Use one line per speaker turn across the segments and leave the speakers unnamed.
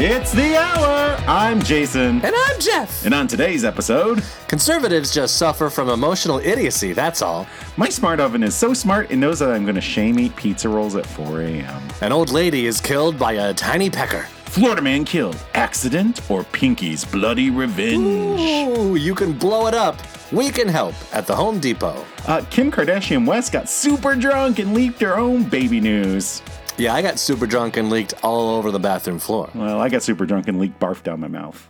It's the hour. I'm Jason.
And I'm Jeff.
And on today's episode,
Conservatives just suffer from emotional idiocy, that's all.
my smart oven is so smart it knows that I'm going to shame eat pizza rolls at 4 a.m.
An old lady is killed by a tiny pecker.
Florida man killed. Accident or Pinky's bloody revenge?
Ooh, you can blow it up. We can help at the Home Depot.
Uh, Kim Kardashian West got super drunk and leaked her own baby news.
Yeah, I got super drunk and leaked all over the bathroom floor.
Well, I got super drunk and leaked barf down my mouth.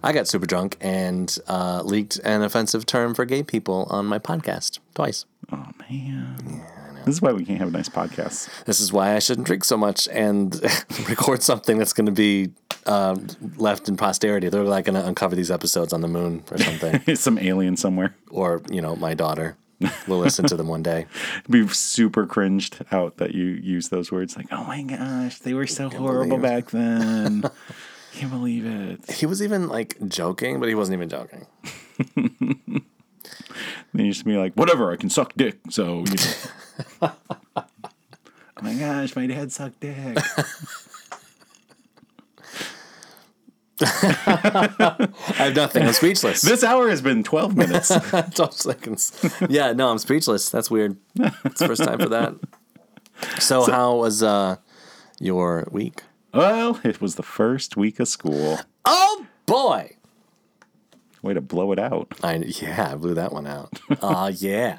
I got super drunk and uh, leaked an offensive term for gay people on my podcast twice.
Oh, man. This is why we can't have nice podcasts.
This is why I shouldn't drink so much and record something that's going to be um, left in posterity. They're like going to uncover these episodes on the moon or something.
Some alien somewhere.
or you know my daughter will listen to them one day
We've super cringed out that you use those words. Like, oh my gosh, they were so horrible
believe
back
it."
then. Can't believe it.
he was even like joking but he wasn't even joking
They used to be like, whatever, I can suck dick. So, you know. oh my gosh, my dad sucked dick.
i have nothing i'm speechless
this hour has been 12 minutes.
12 seconds yeah no i'm speechless that's weird it's the first time for that so, how was uh your week
well, it was the first week of school.
oh boy
Way to blow it out.
i yeah i blew that one out uh yeah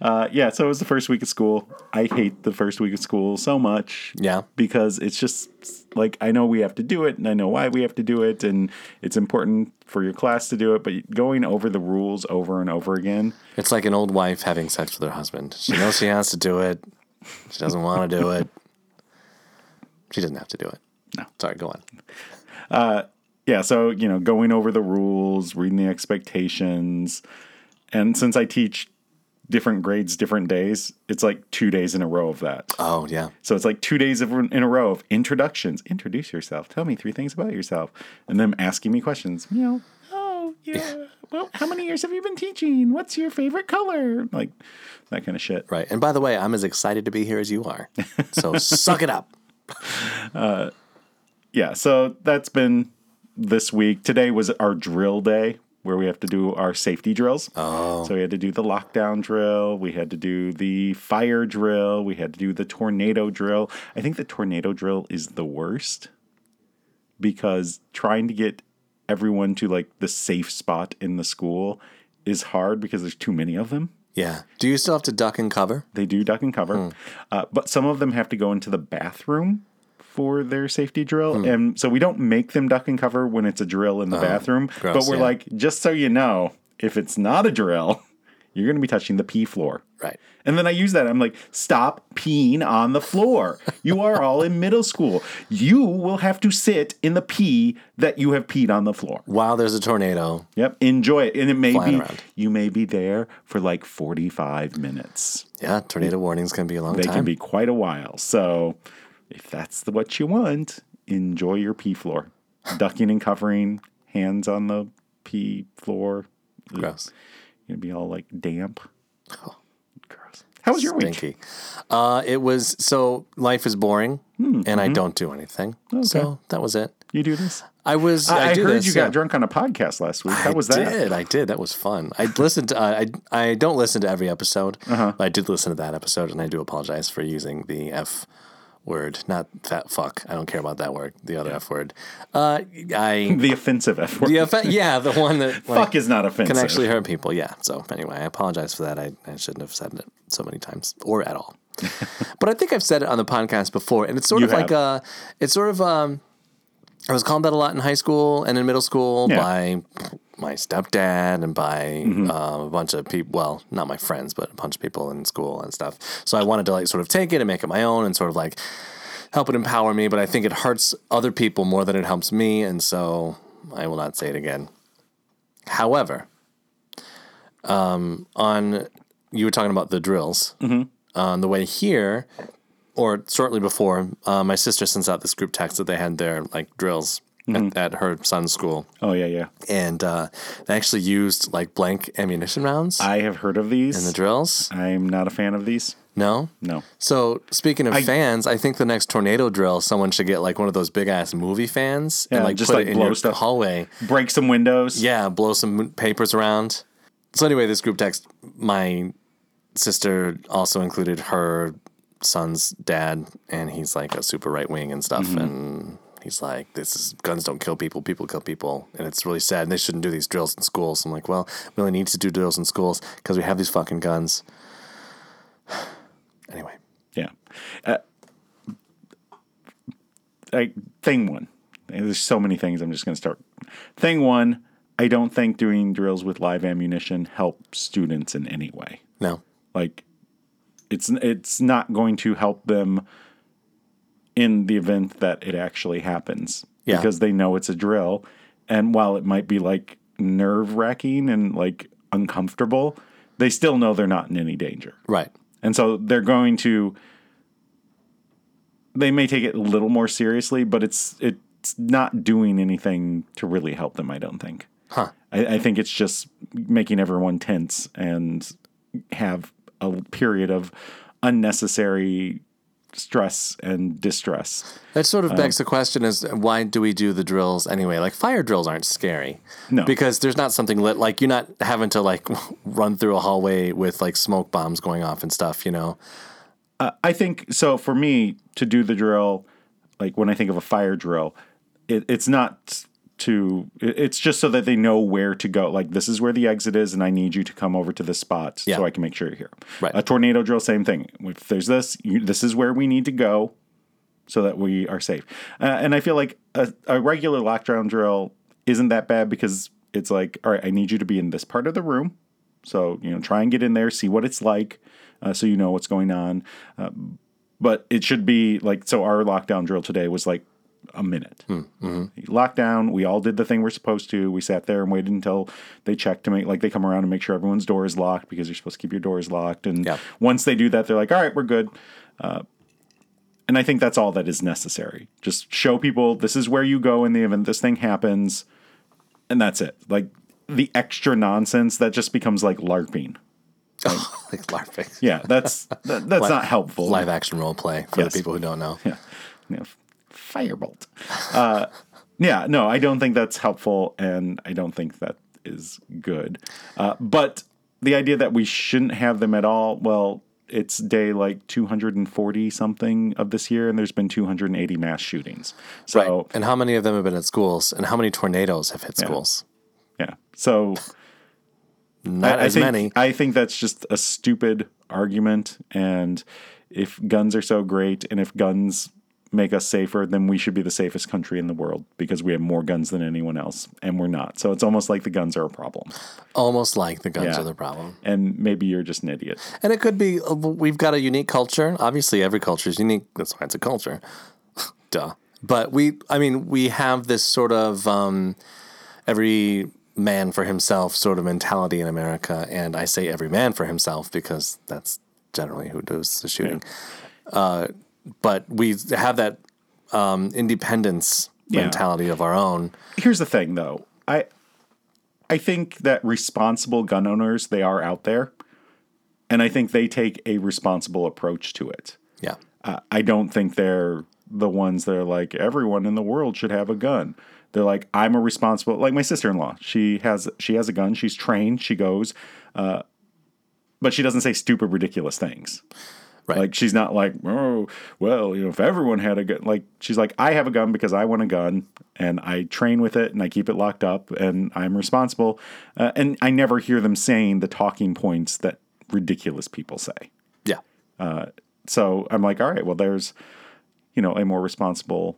Uh, yeah, so it was the first week of school. I hate the first week of school so much.
Yeah.
Because it's just like I know we have to do it and I know why we have to do it and it's important for your class to do it, but going over the rules over and over again.
it's like an old wife having sex with her husband she knows she has to do it she doesn't want to do it she doesn't have to do it
No.
sorry go on
Yeah, so, you know, going over the rules, reading the expectations. And since I teach different grades different days, it's like 2 days in a row of that.
oh yeah
So it's like two days of, in a row of introductions. Introduce yourself. Tell me three things about yourself. And them asking me questions. You know, oh, yeah. Well, how many years have you been teaching? What's your favorite color? Like that kind of shit.
Right. And by the way, I'm as excited to be here as you are. So suck it up.
Yeah. So that's been this week. Today was our drill day where we have to do our safety drills. Oh. So we had to do the lockdown drill. We had to do the fire drill. We had to do the tornado drill. I think the tornado drill is the worst because trying to get everyone to like the safe spot in the school is hard because there's too many of them.
Yeah. Do you still have to duck and cover?
They do duck and
Hmm.
cover, uh, but some of them have to go into the bathroom for their safety drill,
Hmm.
and so we don't make them duck and cover when it's a drill in the bathroom.
Oh, gross,
but we're
yeah.
like, just so you know, if it's not a drill, you're going to be touching the pee floor.
Right.
And then I use that. I'm like, stop peeing on the floor. You are all in middle school. You will have to sit in the pee that you have peed on the floor.
While there's a tornado.
Yep. Enjoy it. And it may
Flying
be,
around.
you may be there for like 45 minutes
Yeah. Tornado warnings can be a long
they
time.
can be quite a while. So if that's the, what you want, enjoy your pee floor. Ducking and covering, hands on the pee floor. Ugh.
gross.
You're gonna be all like damp.
Oh.
Gross. How was your week?
Stinky. Uh, it was so life is boring
Hmm,
and I
mm-hmm.
don't do anything. So that was it.
You do this?
I was.
I,
I, do
heard
this,
you got
yeah.
drunk on a podcast last week. How was
I
that?
did. I did. That was fun. I listened to. Uh, I I don't listen to every episode.
Uh-huh.
But I did listen to that episode, and I do apologize for using the f word, not that fuck. I don't care about that word. The other f word. Uh, I
The offensive F word.
the f yeah the one that like,
Fuck is not offensive.
can actually hurt people. Yeah. So anyway, I apologize for that. I, I shouldn't have said it so many times or at all. but I think I've said it on the podcast before, and it's sort
You
of like
have.
a. It's sort of um. I was called that a lot in high school and in middle school
Yeah. Mm-hmm.
by my stepdad and by uh, a bunch of people. Well, not my friends, but a bunch of people in school and stuff. So I wanted to like sort of take it and make it my own and sort of like help it empower me. But I think it hurts other people more than it helps me, and so I will not say it again. However, um, on you were talking about the drills on the way here, or shortly before, uh, my sister sends out this group text that they had their like drills
Mm-hmm.
at, at her son's school,
Oh yeah, yeah.
and uh, they actually used like blank ammunition rounds
I have heard of
in
these.
the drills.
I'm not a fan of these.
No,
No.
So speaking of fans, I think the next tornado drill, someone should get like one of those big ass movie fans
Yeah,
and like
just,
put
like,
it in
blow
your
stuff.
hallway.
Break some windows.
Yeah, blow some papers around. So anyway, this group text, my sister also included her son's dad, and he's like a super right wing and stuff, and he's like, "This is guns don't kill people, people kill people," and it's really sad. And they shouldn't do these drills in schools. I'm like, well, we only need to do drills in schools because we have these fucking guns. anyway,
Yeah. Uh, I, thing one. There's so many things. I'm just going to start. Thing one. I don't think doing drills with live ammunition help students in any way.
no.
Like, it's it's not going to help them in the event that it actually happens
Yeah.
because they know it's a drill. And while it might be like nerve wracking and like uncomfortable, they still know they're not in any danger.
Right.
And so they're going to they may take it a little more seriously, but it's it's not doing anything to really help them, I don't think.
Huh.
I, I think it's just making everyone tense and have a period of unnecessary stress and distress.
That sort of
Um,
begs the question is why do we do the drills anyway? Like fire drills aren't scary.
No.
Because there's not something lit like you're not having to like run through a hallway with like smoke bombs going off and stuff, you know.
I think so. For me, to do the drill, like when I think of a fire drill, it, it's not to. it- It's just so that they know where to go. Like this is where the exit is, and I need you to come over to this spot
Yeah.
so I can make sure you're here.
Right.
A tornado drill, same thing. If there's this, you, this is where we need to go, so that we are safe. Uh, and I feel like a, a regular lockdown drill isn't that bad because it's like, all right, I need you to be in this part of the room. So, you know, try and get in there, see what it's like, uh, so you know what's going on. Uh, but it should be like, so our lockdown drill today was like a minute. Lockdown, we all did the thing we're supposed to. We sat there and waited until they checked to make, like, they come around and make sure everyone's door is locked because you're supposed to keep your doors locked. And
Yeah.
once they do that, they're like, all right, we're good. Uh, And I think that's all that is necessary. Just show people this is where you go in the event this thing happens, and that's it. Like the extra nonsense that just becomes like LARPing.
like LARPing.
Yeah, that's that, that's not helpful.
Live action role play for
Yes.
the people who don't know.
Yeah, You know, firebolt. Uh, yeah, no, I don't think that's helpful, and I don't think that is good. Uh, but the idea that we shouldn't have them at all, well. It's day like 240 something of this year, and there's been 280 mass shootings. So,
Right. And how many of them have been at schools and how many tornadoes have hit schools?
Yeah. So
Not
I
as
think,
many.
I think that's just a stupid argument. And if guns are so great and if guns make us safer, then we should be the safest country in the world because we have more guns than anyone else and we're not. So it's almost like the guns are a problem.
Almost like the guns
Yeah.
are the problem.
And maybe you're just an idiot.
And it could be uh, we've got a unique culture. Obviously, every culture is unique. That's why it's a culture. Duh. But we, I mean, we have this sort of um, every man for himself sort of mentality in America. And I say every man for himself because that's generally who does the shooting. Uh, but we have that um, independence mentality of our own.
Here's the thing though. I I think that responsible gun owners, they are out there. And I think they take a responsible approach to it.
Yeah.
I- I don't think they're the ones that are like everyone in the world should have a gun. They're like I'm a responsible like my sister-in-law. She has she has a gun. She's trained. She goes, uh, but she doesn't say stupid, ridiculous things.
Right.
Like she's not like oh well you know if everyone had a gun like she's like I have a gun because I want a gun and I train with it and I keep it locked up and I'm responsible uh, and I never hear them saying the talking points that ridiculous people say
Yeah.
so I'm like, all right, well, there's, you know, a more responsible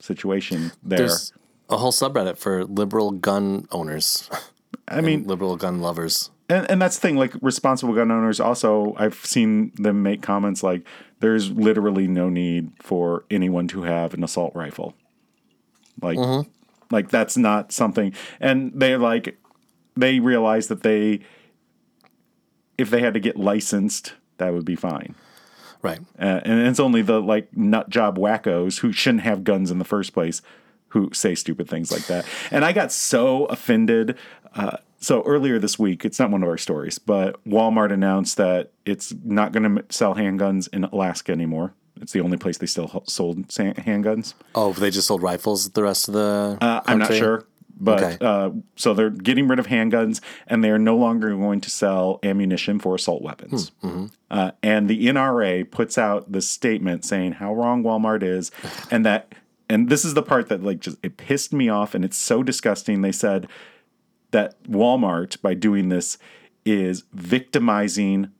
situation there.
There's a whole subreddit for liberal gun owners,
I mean,
liberal gun lovers.
and, and that's the thing, like responsible gun owners also, I've seen them make comments like, there's literally no need for anyone to have an assault rifle. Like, like that's not something. And they're like, they realize that they, if they had to get licensed, that would be fine.
Right.
uh, and it's only the like nut job wackos who shouldn't have guns in the first place who say stupid things like that. And I got so offended. Uh, so earlier this week, it's not one of our stories, but Walmart announced that it's not going to sell handguns in Alaska anymore. It's the only place they still ho- sold sa- handguns.
Oh, they just sold rifles the rest of the.
Uh, I'm not
country?
sure. But
Okay.
uh, so they're getting rid of handguns and they are no longer going to sell ammunition for assault weapons. Uh, and the NRA puts out this statement saying how wrong Walmart is and that, and this is the part that like just it pissed me off and it's so disgusting. They said that Walmart, by doing this, is victimizing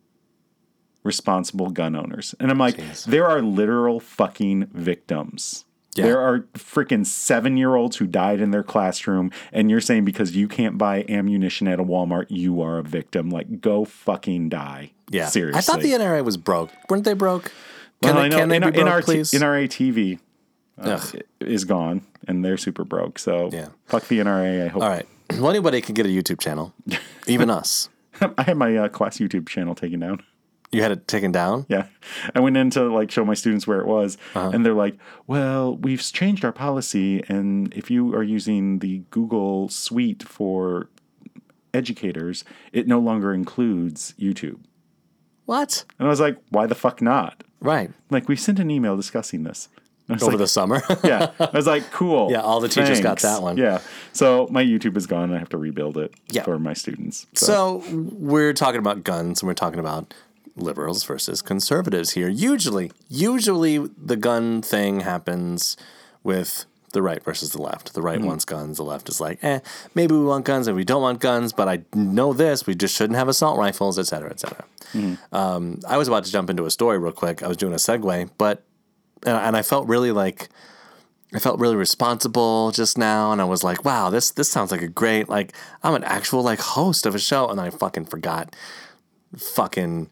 responsible gun owners. And I'm like, there are literal fucking victims.
Yeah.
There are freaking seven year olds who died in their classroom, and you're saying because you can't buy ammunition at a Walmart, you are a victim. Like, go fucking die.
Yeah,
Seriously.
I thought the NRA was broke. Weren't they broke? Can
Well, I
they,
know
can they be
NR-
broke,
NRT
please?
NRA TV uh,
Ugh.
is gone, and they're super broke. So,
Yeah.
fuck the NRA. I hope.
All right. Well, anybody could get a YouTube channel, even us.
I had my uh, class YouTube channel taken down.
You had it taken down.
Yeah. I went in to like show my students where it was,
Uh-huh.
and they're like, "Well, we've changed our policy, and if you are using the Google Suite for educators, it no longer includes YouTube."
What?
And I was like, "Why the fuck not?"
Right.
Like we sent an email discussing this. And I was
Over
like,
the summer.
yeah, I was like, "Cool."
Yeah, all the teachers got that one.
Yeah. So my YouTube is gone. And I have to rebuild it
Yeah.
for my students. So,
So we're talking about guns and we're talking about liberals versus conservatives here. Usually, usually the gun thing happens with the right versus the left. The right wants guns, the left is like, eh, maybe we want guns and we don't want guns, but I know this, we just shouldn't have assault rifles, et cetera, et cetera. Um, I was about to jump into a story real quick. I was doing a segue, but, and, and I felt really like, I felt really responsible just now, and I was like, "Wow, this this sounds like a great like I'm an actual like host of a show," and I fucking forgot, fucking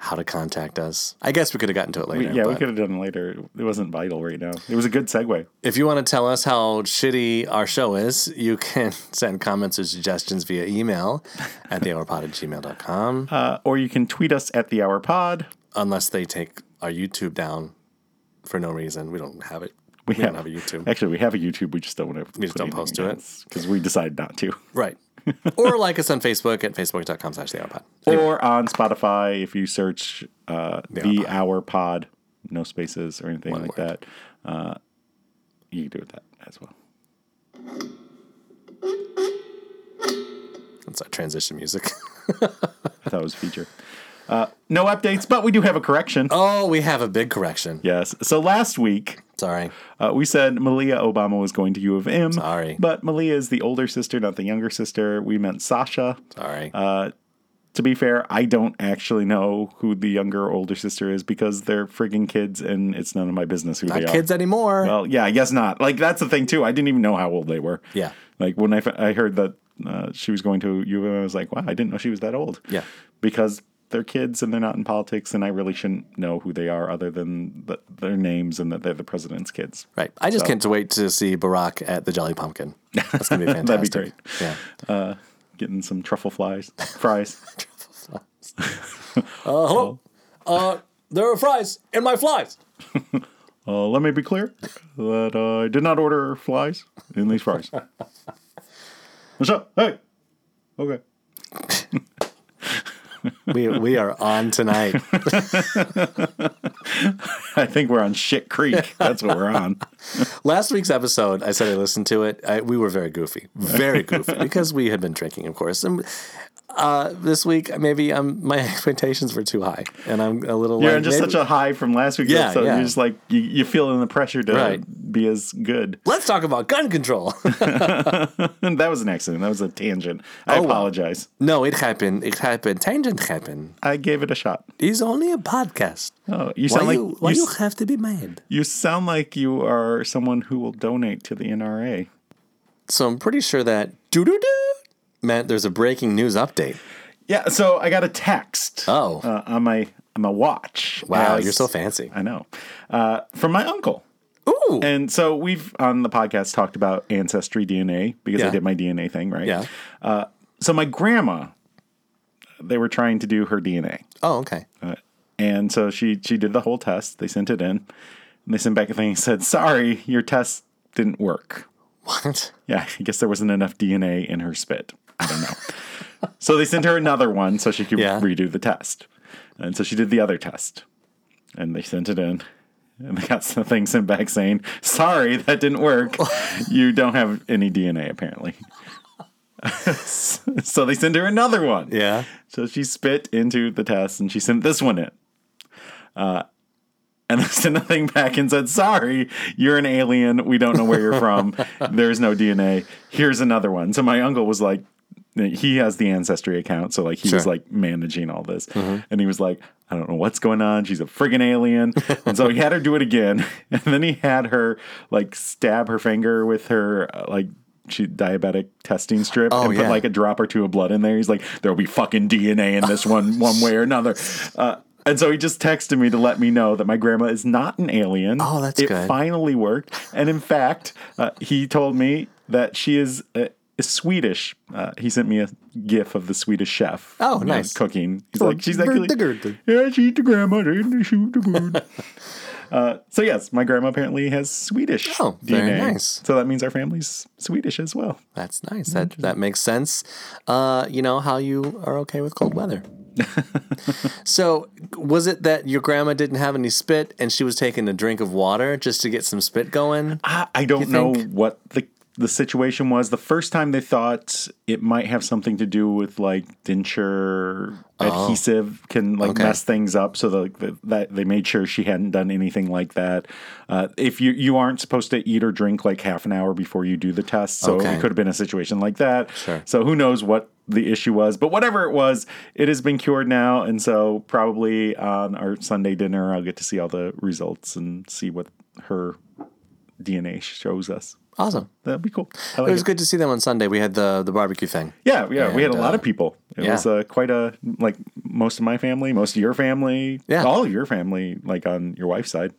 how to contact us. I guess we could have gotten to it later.
yeah, we
but
could have done it later. It wasn't vital right now. It was a good segue.
If you want to tell us how shitty our show is, you can send comments or suggestions via email at thehourpod at gmail.com.
Uh, or you can tweet us at the Hour Pod.
unless they take our YouTube down for no reason. We don't have it. We, don't have a YouTube.
Actually, we have a YouTube. We just don't want to. We
just don't post to it.
because we decided not to.
Right. or like us on Facebook at facebook.com slash thehourpod.
Or on Spotify, if you search uh, the Hour Pod, no spaces or anything like that, uh, you can do that as well.
That's our transition music.
I thought it was a feature. Uh, no updates, but we do have a correction.
Oh, we have a big correction.
Yes. So last week
Sorry.
uh, we said Malia Obama was going to U of M.
Sorry.
but Malia is the older sister, not the younger sister. We meant Sasha.
Sorry.
to be fair, I don't actually know who the younger or older sister is because they're friggin' kids and it's none of my business who
Not
they
kids
are.
anymore.
Well, yeah, I guess not. Like, that's the thing, too. I didn't even know how old they were.
Yeah.
Like, when I, f- I heard that uh, she was going to U of M, I was like, wow, I didn't know she was that old.
Yeah.
Because they're kids and they're not in politics, and I really shouldn't know who they are other than the, their names and that they're the president's kids.
right. I just can't wait to see Barack at the Jolly Pumpkin. That's gonna be fantastic.
That'd be great.
Yeah.
Getting some truffle flies, fries.
Uh, hello. Uh, there are fries in my flies.
Uh, let me be clear that I did not order flies in these fries. What's up? Hey. Okay.
We we are on tonight.
I think we're on Shit Creek. That's what we're on.
Last week's episode, I said I listened to it. I, we were very goofy, very goofy, because we had been drinking, of course. And uh, this week, maybe I'm, my expectations were too high, and I'm a little.
You're
like,
on just
maybe-
such a high from last week's
Yeah,
episode.
yeah.
You're just like, you, you're feeling the pressure to
Right.
be as good.
Let's talk about gun control.
And that was an accident. That was a tangent. I apologize.
no, it happened. It happened. Tangent happened.
I gave it a shot.
It's only a podcast.
Oh, you
Why
sound
you,
like
why
you,
you
s-
have to be mad?
you sound like you are someone who will donate to the NRA.
So I'm pretty sure that doo doo doo meant there's a breaking news update.
Yeah, so I got a text.
Oh.
uh, on my on my watch.
Wow,
As-
you're so fancy.
I know. Uh, from my uncle.
Ooh.
Uh, And so we've on the podcast talked about ancestry DNA because I
Yeah.
did my DNA thing, right?
Yeah.
Uh, so my grandma, they were trying to do her DNA,
Oh, okay.
Uh, and so she she did the whole test. They sent it in, and they sent back a thing and said, "Sorry, your test didn't work."
What?
Yeah, I guess there wasn't enough DNA in her spit. I don't know. so they sent her another one so she could
Yeah.
redo the test. And so she did the other test. And they sent it in. And they got the thing sent back saying, sorry, that didn't work. you don't have any DNA, apparently. so they sent her another one.
Yeah.
So she spit into the test and she sent this one in. Uh, and they sent the thing back and said, Sorry, you're an alien. We don't know where you're from. There's no DNA. Here's another one. So my uncle was like, he has the ancestry account. So like he was
Sure. Mm-hmm.
like managing all this. And he was like, I don't know what's going on. She's a friggin' alien. and so he had her do it again. And then he had her like stab her finger with her uh, like she diabetic testing strip
Oh,
and put
yeah.
like a drop or two of blood in there. He's like, there'll be fucking DNA in this one, one way or another. Uh, and so he just texted me to let me know that my grandma is not an alien.
Oh, that's
it
good.
finally worked. And in fact, uh, he told me that she is uh, Swedish. Uh, he sent me a gif of the Swedish chef.
Oh,
you know,
nice.
cooking. He's
Oh,
like, she's like,
verdigurdig.
yeah, she eat the grandma, she eat the shoot the bird. Uh, so yes, my grandma apparently has Swedish
Oh, very
DNA.
nice.
So that means our family's Swedish as well.
That's nice. That that makes sense. Uh, you know how you are okay with cold weather. so, was it that your grandma didn't have any spit and she was taking a drink of water just to get some spit going?
I, I don't know
think?
what the the situation was. The first time they thought it might have something to do with like denture
Oh.
adhesive can like mess things up. So the, the, that they made sure she hadn't done anything like that. Uh, if you you aren't supposed to eat or drink like half an hour before you do the test, so
Okay.
it could have been a situation like that. So who knows what the issue was but whatever it was it has been cured now and so probably on our sunday dinner i'll get to see all the results and see what her DNA shows us.
Awesome.
That'd be cool. I like
It was
it.
good to see them on Sunday. We had the the barbecue thing.
Yeah, yeah. we had a
And,
lot
uh,
of people. It
yeah.
was uh, quite a like most of my family, most of your family,
Yeah.
all of your family, like on your wife's side.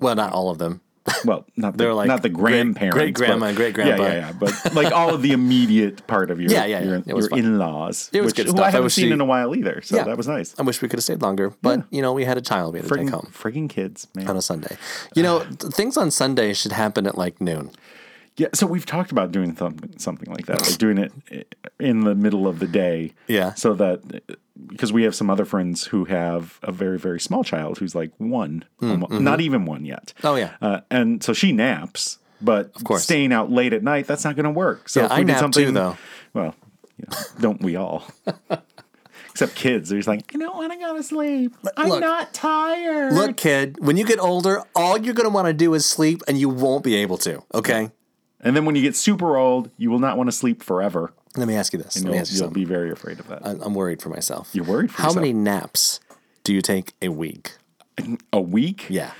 Well, not all of them.
Well, not the,
They're like
not the
great-
grandparents,
great-grandma,
but-
great-grandpa.
Yeah, yeah, yeah. But like all of the immediate part of your
Yeah, yeah, yeah.
your,
It was
your
fun.
in-laws,
It was
which
good
who
stuff.
I
I
haven't
wish
seen
she-
in a while either. So
Yeah.
that was nice.
I wish we could have stayed longer, but you know we had a child we had to
Friggin-
take home
friggin' kids, man.
on a Sunday. You know th- things on Sunday should happen at like noon.
Yeah, so we've talked about doing something something like that, like doing it in the middle of the day.
Yeah.
So that because we have some other friends who have a very very small child who's like one, almo- not even one yet.
Mm, mm-hmm. Oh, yeah.
Uh, and so she naps, but of
course.
staying out late at night that's not going to work. So
Yeah,
if we
I
did
nap too,
something,
though.
Well, you know, don't we all? Except kids, they're just like, I don't want to go to sleep. I'm
look.
not tired.
Look, kid, when you get older, all you're going to want to do is sleep, and you won't be able to. Okay.
And then when you get super old, you will not want to sleep forever.
Let me ask you this. Let me
You'll,
ask you
you'll
something.
be very afraid of that.
I'm I'm worried for myself.
You're worried for
How
yourself.
many naps do you take a week?
a week?
Yeah.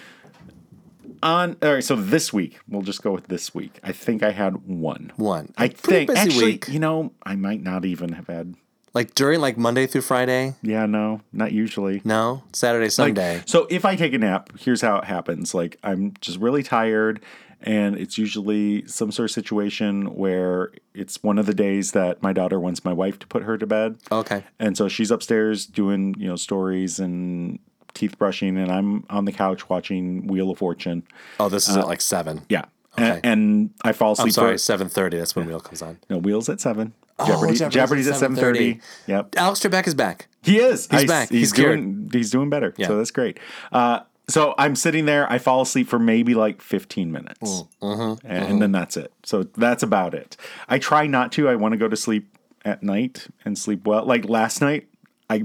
on all right so this week we'll just go with this week i think i had one
One.
i
Pretty
think
busy
actually
week.
you know i might not even have had
Like during like Monday through Friday?
yeah no not usually
No? Saturday, Sunday.
so if i take a nap here's how it happens like i'm just really tired and it's usually some sort of situation where it's one of the days that my daughter wants my wife to put her to bed
okay.
and so she's upstairs doing, you know, stories and teeth brushing, and I'm on the couch watching Wheel of Fortune.
Oh, this is at like seven.
Uh, Yeah. A-
Okay.
And, I fall asleep.
I'm sorry,
for-
seven thirty. That's when Wheel comes on.
No, Wheels at seven.
Oh,
Jeopardy,
Jeopardy's
Jeopardy's,
at
at seven
7:30.
thirty. Yep,
Alex Trebek is back.
he is. He's
back.
He's,
He's cured.
doing. He's doing better. So that's great. Uh, so I'm sitting there. I fall asleep for maybe like fifteen minutes,
Mm, mm-hmm,
and, and then that's it. So that's about it. I try not to. I want to go to sleep at night and sleep well. Like last night, I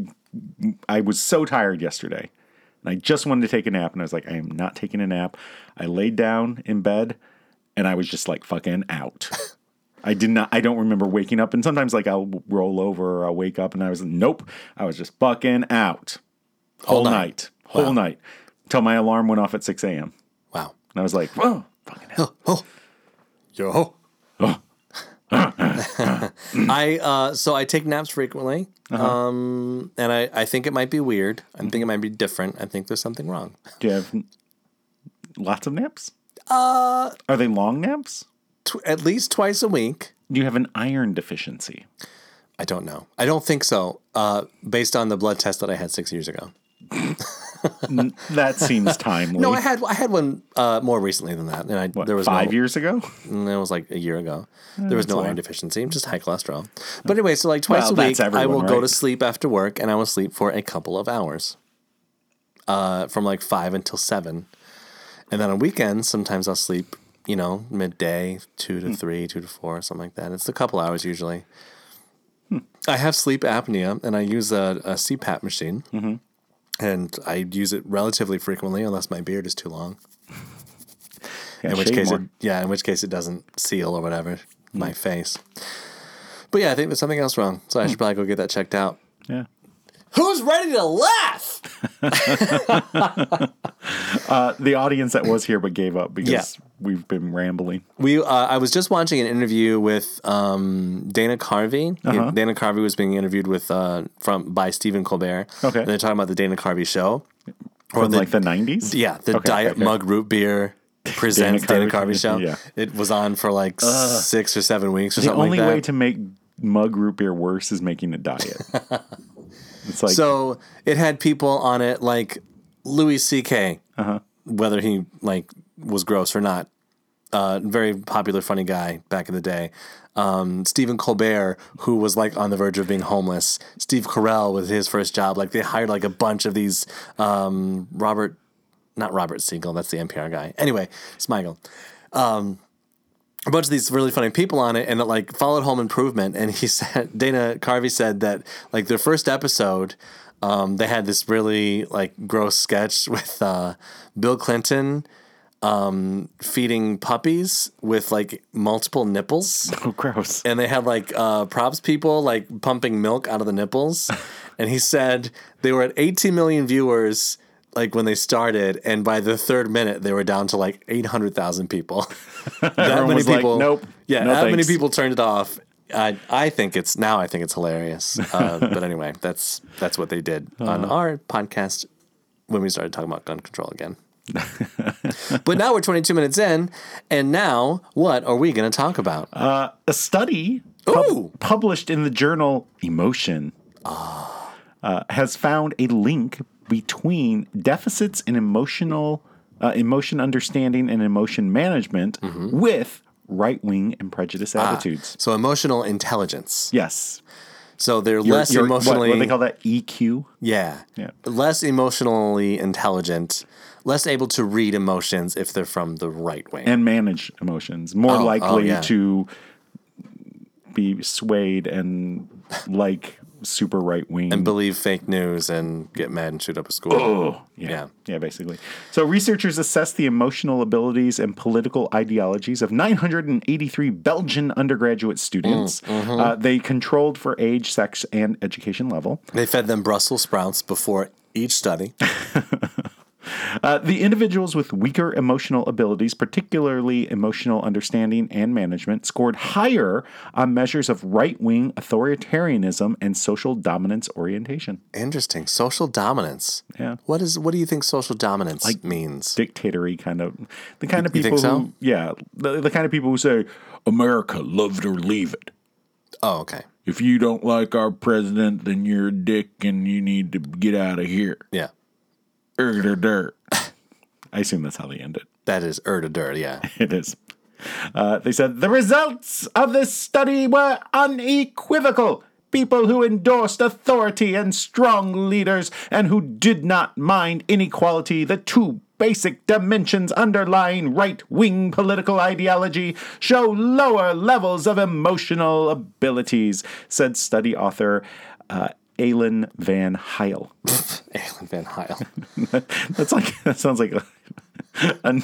I was so tired yesterday. And I just wanted to take a nap. And I was like, I am not taking a nap. I laid down in bed and I was just like fucking out. I did not, I don't remember waking up. And sometimes like I'll roll over or I'll wake up and I was like, nope. I was just fucking out. Whole night. Whole night. Until my alarm went off at 6 a.m.
Wow.
And I was like, oh, fucking hell.
Yo. I uh, so I take naps frequently,
Uh-huh.
um, and I, I think it might be weird. I think it might be different. I think there's something wrong.
Do you have lots of naps? Uh, Are they long naps?
Tw- at least twice a week.
Do you have an iron deficiency?
I don't know. I don't think so. Uh, based on the blood test that I had six years ago.
N- that seems timely.
No, I had I had one uh, more recently than that, and I
What,
there was
five
no,
years ago.
and That was like a year ago. there was no iron deficiency, just high cholesterol. But anyway, so like twice
Mm. Well,
a
that's
week, I
everyone,
will go
right?
to sleep after work, and I will sleep for a couple of hours, uh, from like five until seven, and then on weekends sometimes I'll sleep, you know, midday, two
Hmm.
to three, two to four, something like that. It's a couple hours usually.
Hmm.
I have sleep apnea, and I use a, a CPAP machine,
Mm-hmm.
and I use it relatively frequently, unless my beard is too long.
Yeah,
In which
shave
case,
more. Hmm.
it, yeah, in which case it doesn't seal or whatever my face. But yeah, I think there's something else wrong,
Hmm.
so I should probably go get that checked out.
yeah.
Who's ready to laugh?
Uh, the audience that was here but gave up because
Yeah.
we've been rambling.
We, uh, I was just watching an interview with um, Dana Carvey.
Uh-huh.
Dana Carvey was being interviewed with uh, from by Stephen Colbert.
Okay.
and they're talking about the Dana Carvey show.
From
the-
like the nineties.
Yeah, the
Okay,
Diet
okay, okay.
Mug Root Beer presents Dana
Dana
Carvey,
Carvey,
show.
yeah.
It was on for like six or seven weeks or
The
something
only
like that.
way to make mug root beer worse is making it diet. it's like
So it had people on it like Louis C.K. Whether he like was gross or not, uh, very popular, funny guy back in the day. Um, Stephen Colbert, who was like on the verge of being homeless. Steve Carell with his first job. Like they hired like a bunch of these um, Robert, not Robert Siegel. That's the NPR guy. Anyway, Smigel a bunch of these really funny people on it, and it like followed Home Improvement. And he said Dana Carvey said that like their first episode, um, they had this really like gross sketch with uh, Bill Clinton um, feeding puppies with like multiple nipples
oh, gross.
and they had like uh, props people like pumping milk out of the nipples. and he said they were at 18 million viewers like when they started, and by the third minute they were down to like 800,000 people. that
was like, "Nope,
Yeah,
no
that many
thanks."
people turned it off. I, I think it's now. I think it's hilarious. Uh, but anyway, that's that's what they did
Uh-huh.
on our podcast when we started talking about gun control again. but now we're 22 minutes in, and now what are we going to talk about?
a study
Ooh.
published in the journal Emotion
Ah.
uh, has found a link between deficits in emotional uh, emotion understanding and emotion management
Mm-hmm.
with right wing and prejudice
Ah.
attitudes.
So emotional intelligence.
Yes,
So they're less
Your- what-
emotionally
What, do they call that? E EQ.
yeah.
Yeah.
Less emotionally intelligent, less able to read emotions if they're from the right wing.
and manage emotions more
oh,
likely
yeah.
to be swayed and like super right wing
and believe fake news and get mad and shoot up a school.
Oh.
yeah.
yeah yeah basically so researchers assessed the emotional abilities and political ideologies of 983 belgian undergraduate students
Mm, mm-hmm.
uh, they controlled for age sex and education level
They fed them Brussels sprouts before each study.
Uh, the individuals with weaker emotional abilities, particularly emotional understanding and management, scored higher on measures of right wing authoritarianism and social dominance orientation.
Interesting. Social dominance.
Yeah.
What is what do you think social dominance means?
Dictatory kind of, the kind of
You
people
think so?
who, yeah, the, the kind of people who say,
America, love it or leave it.
oh, okay.
If you don't like our president, then you're a dick and you need to get out of here.
Yeah.
Er, der, der.
I assume that's how they end it.
That is er to dirt, yeah.
It is. Uh, they said the results of this study were unequivocal. People who endorsed authority and strong leaders and who did not mind inequality, the two basic dimensions underlying right wing political ideology, show lower levels of emotional abilities, said study author uh, Aylin Van Heil.
Alan Van Heil.
That's like, that sounds like a, a,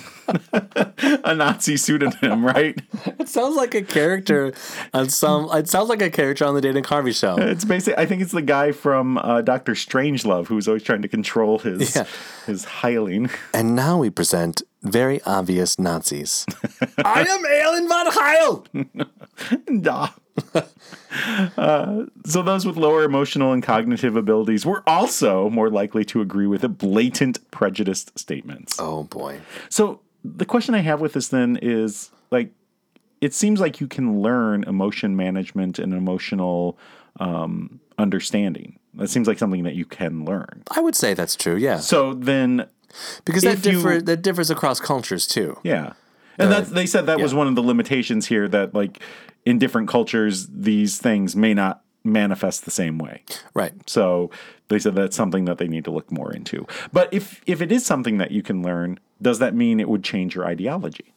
a Nazi pseudonym, right?
It sounds like a character on some. It sounds like a character on the Dana Carvey show.
It's basically, I think it's the guy from uh, Doctor Strangelove who's always trying to control his
Yeah.
his hiling.
And now we present very obvious Nazis. I am Alan von Heil.
Nah. Uh, so those with lower emotional and cognitive abilities were also more likely to agree with the blatant prejudiced statements.
Oh boy.
So the question I have with this then is like, it seems like you can learn emotion management and emotional um, understanding. That seems like something that you can learn.
I would say that's true. Yeah,
So then,
because
if
that
you-
differ that differs across cultures too.
yeah, and that's they said that was one of the limitations here that like in different cultures these things may not manifest the same way.
Right.
So they said that's something that they need to look more into. But if if it is something that you can learn, does that mean it would change your ideology?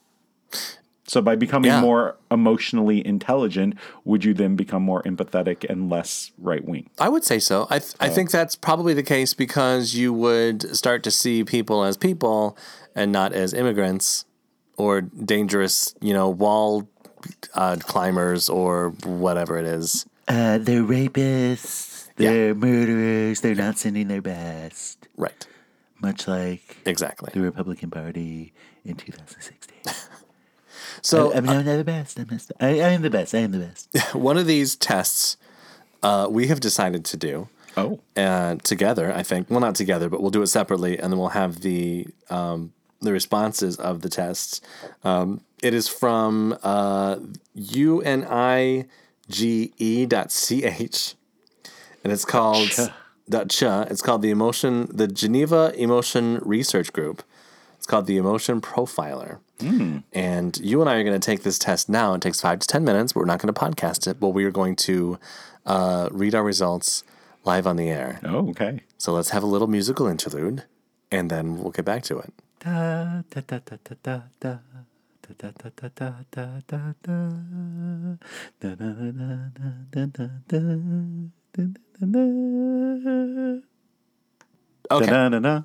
So by becoming
Yeah.
more emotionally intelligent, would you then become more empathetic and less right wing?
I would say so. I th- I think that's probably the case because you would start to see people as people and not as immigrants or dangerous, you know, wall uh, climbers or whatever it is.
Uh, they're rapists. They're murderers. They're not sending their best.
Right.
Much like
Exactly.
the Republican Party in 2016.
So
I mean, I'm not the best. I'm, not, I, I am the best. I am the best.
one of these tests uh, we have decided to do
Oh,
uh, together. I think well, not together, but we'll do it separately, and then we'll have the um, the responses of the tests. Um, it is from uh, E unige.ch, and it's called dot ch. It's called the emotion, the Geneva Emotion Research Group. It's called the Emotion Profiler. And you and I are going to take this test now. It takes five to 10 minutes, but we're not going to podcast it, but we are going to uh, read our results live on the air.
oh, okay.
So let's have a little musical interlude and then we'll get back to it.
Da, da, da, da, da, da, da. Da, da, da, da, da, da, da. Da, da, da, da, da, da, da, da. Da, da, da, da.
Okay,
Da-da-da-da.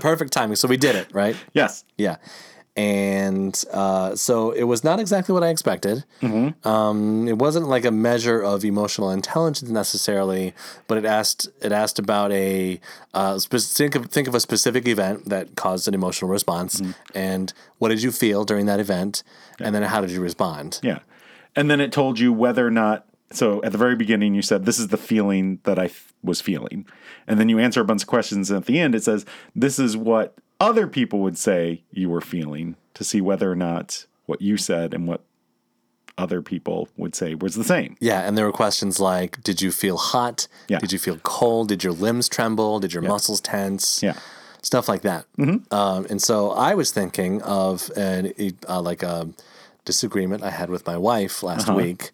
perfect timing. So we did it, right?
Yes.
Yeah. And uh, so it was not exactly what I expected. Um, it wasn't like a measure of emotional intelligence necessarily, but it asked it asked about a uh, spe- think of think of a specific event that caused an emotional response, and what did you feel during that event, and then how did you respond?
Yeah. And then it told you whether or not. So at the very beginning, you said, This is the feeling that I f- was feeling. And then you answer a bunch of questions. And at the end, it says, This is what other people would say you were feeling to see whether or not what you said and what other people would say was the same.
Yeah, and there were questions like, did you feel hot?
Yeah.
Did you feel cold? Did your limbs tremble? Did your muscles tense?
Yeah.
Stuff like that. Mm-hmm. Um, and so I was thinking of an uh, like a disagreement I had with my wife last
Uh-huh.
week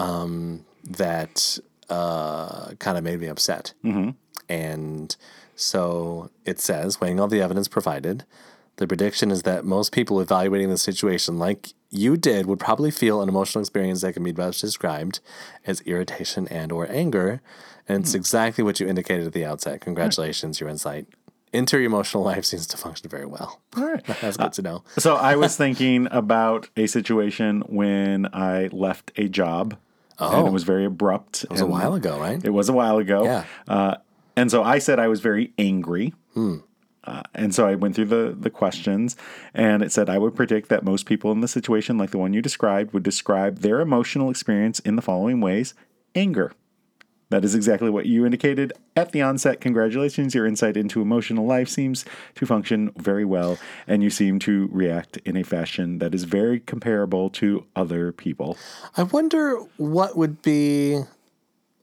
um, that uh, kind of made me upset. Mm-hmm. And so it says, weighing all the evidence provided, the prediction is that most people evaluating the situation like you did would probably feel an emotional experience that can be best described as irritation and or anger. And
Hmm.
it's exactly what you indicated at the outset. Congratulations, your insight into your emotional life seems to function very well.
All right. Uh,
That's good to know.
So I was thinking about a situation when I left a job. And it was very abrupt. It
Oh. was a while ago, right?
It was a while ago.
Yeah.
Uh, and so I said I was very angry. Uh, and so I went through the, the questions, and it said I would predict that most people in the situation, like the one you described, would describe their emotional experience in the following ways anger. That is exactly what you indicated at the onset. Congratulations, your insight into emotional life seems to function very well, and you seem to react in a fashion that is very comparable to other people.
I wonder what would be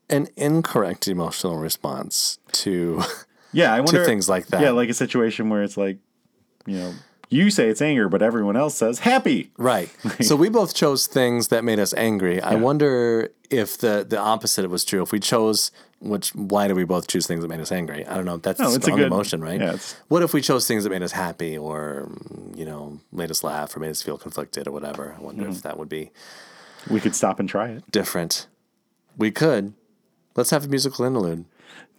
an incorrect emotional response to
Yeah, I wonder
things like that.
Yeah, like a situation where it's like, you know, you say it's anger, but everyone else says happy.
Right. so we both chose things that made us angry. I wonder if the the opposite was true. If we chose which why do we both choose things that made us angry? I don't know. That's
No, it's a
strong
good-
emotion, right?
yeah, it's-
what if we chose things that made us happy or you know, made us laugh or made us feel conflicted or whatever? I wonder
Mm-hmm.
if that would be
We could stop and try it.
different. We could. Let's have a musical interlude.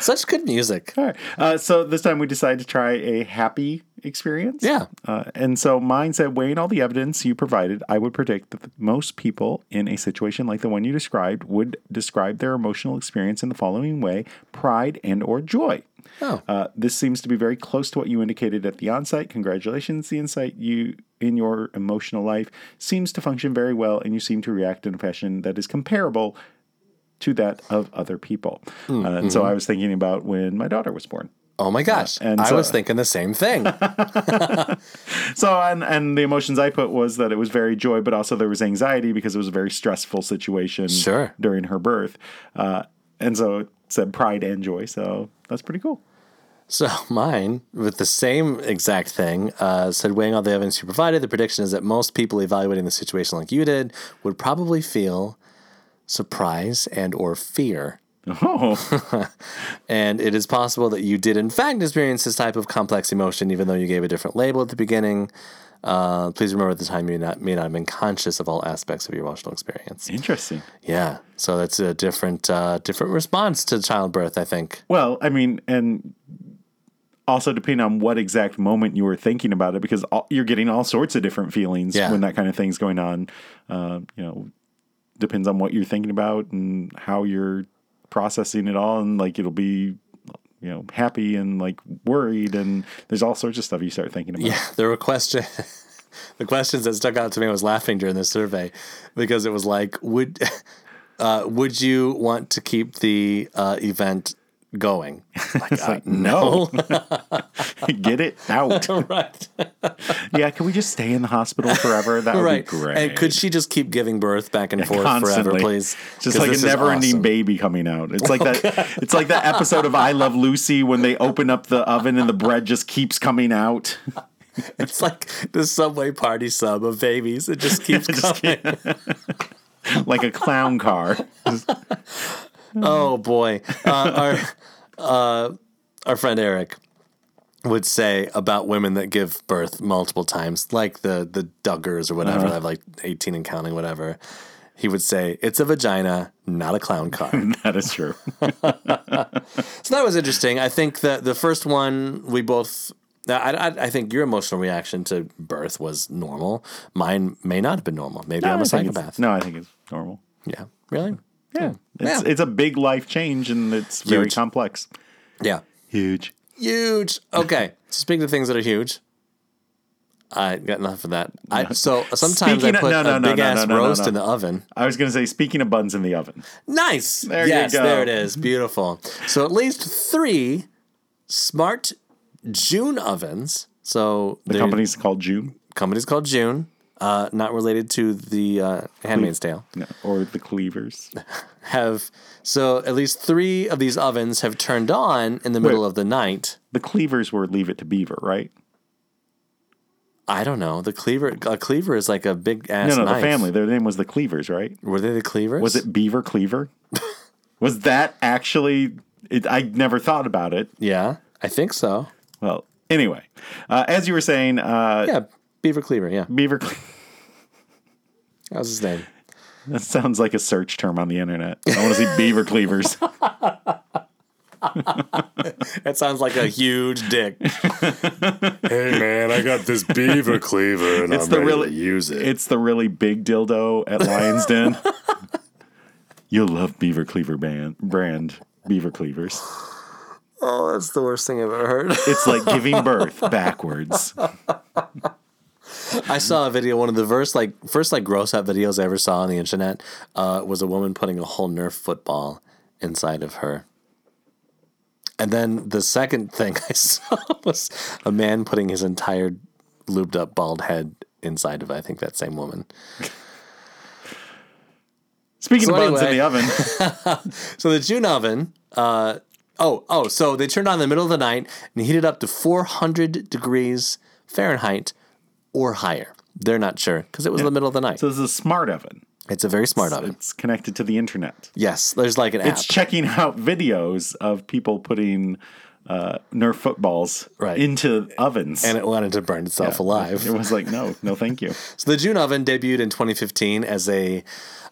Such good music.
All right. Uh, so this time we decided to try a happy experience.
Yeah.
Uh, and so mine said, weighing all the evidence you provided, I would predict that the- most people in a situation like the one you described would describe their emotional experience in the following way: pride and or joy.
Oh.
Uh, this seems to be very close to what you indicated at the onset. Congratulations, the insight you in your emotional life seems to function very well, and you seem to react in a fashion that is comparable to that of other people. Uh, and so I was thinking about when my daughter was born.
Oh my gosh.
and
I
so-
was thinking the same thing.
So and and the emotions I put was that it was very joy, but also there was anxiety because it was a very stressful situation
Sure.
during her birth. Uh, and so it said pride and joy. So that's pretty cool.
So mine, with the same exact thing, uh, said weighing all the evidence you provided, the prediction is that most people evaluating the situation like you did would probably feel surprise and or fear.
Oh,
And it is possible that you did in fact experience this type of complex emotion, even though you gave a different label at the beginning. Uh, please remember at the time you not, may not have been conscious of all aspects of your emotional experience.
interesting.
Yeah, so that's a different uh, different response to childbirth, I think.
Well, I mean, and also depending on what exact moment you were thinking about it, because all, you're getting all sorts of different feelings
Yeah.
when that kind of thing's going on. Uh, you know, depends on what you're thinking about and how you're processing it all, and like it'll be, you know, happy and like worried, and there's all sorts of stuff you start thinking about.
Yeah, there were question the questions that stuck out to me. I was laughing during this survey because it was like, would uh, would you want to keep the uh, event going? Like, uh, no,
Get it out.
right,
yeah, can we just stay in the hospital forever? That would
right.
be great.
And could she just keep giving birth back and forth forever, please?
Just
'Cause
like
this
a
is
never-ending
awesome.
baby coming out. It's like that. It's like that episode of I Love Lucy when they open up the oven and the bread just keeps coming out.
It's like the subway party sub of babies. It just keeps coming.
like a clown car.
Oh boy, uh, our uh, our friend Eric would say about women that give birth multiple times, like the the Duggars or whatever, that have like eighteen and counting, whatever. He would say it's a vagina, not a clown car.
That is true.
so that was interesting. I think that the first one we both. I, I, I think your emotional reaction to birth was normal. Mine may not have been normal. Maybe I'm a
I think it's-
psychopath.
No, I think it's normal.
Yeah. Really?
Yeah, it's
Yeah.
it's a big life change and it's very
Huge.
complex.
Yeah.
Huge.
Huge. Okay. so speaking of things that are huge, I got enough of that. I, so sometimes
Speaking
I
of-
put
no, no,
a
no,
big
no,
ass
no, no, no,
roast
no.
in the oven.
I was going to say, speaking of buns in the oven,
Nice.
you
yes,
go.
there it is. Beautiful. So at least three smart June ovens. So
the company's called June
company's called June. Uh, not related to the uh, Handmaid's Tale.
no, or the Cleavers.
Have so at least three of these ovens have turned on in the middle of the night.
The Cleavers were Leave It to Beaver, right?
I don't know. The cleaver, a cleaver is like a big ass.
No, no,
knife.
the family. Their name was the Cleavers, right?
Were they the cleavers?
Was it Beaver Cleaver? was that actually? It, I never thought about it.
Yeah, I think so.
Well, anyway, uh, as you were saying, uh,
Yeah, Beaver Cleaver. Yeah,
Beaver Cle-
that was his name.
that sounds like a search term on the internet. I want to see Beaver Cleavers.
That sounds like a huge dick.
Hey man, I got this beaver cleaver and I'm
the
ready
really-
to use it.
It's the really big dildo at Lion's Den. You'll love Beaver Cleaver band, brand Beaver Cleavers.
Oh, that's the worst thing I've ever heard.
It's like giving birth backwards.
I saw a video. One of the first like first like gross out videos I ever saw on the internet uh, was a woman putting a whole Nerf football inside of her. And then the second thing I saw was a man putting his entire lubed up bald head inside of I think that same woman.
Speaking
So
of buns
anyway.
in the oven,
So the June oven, uh, oh, oh, so they turned on in the middle of the night and heated up to 400 degrees Fahrenheit or higher. They're not sure because it was the middle of the night.
so this is a smart oven.
it's a very smart oven.
It's connected to the internet.
Yes, there's like an app.
It's checking out videos of people putting uh, Nerf footballs
Right.
into ovens.
and it wanted to burn itself alive.
It was like, no, no, thank you.
So the June oven debuted in 2015 as a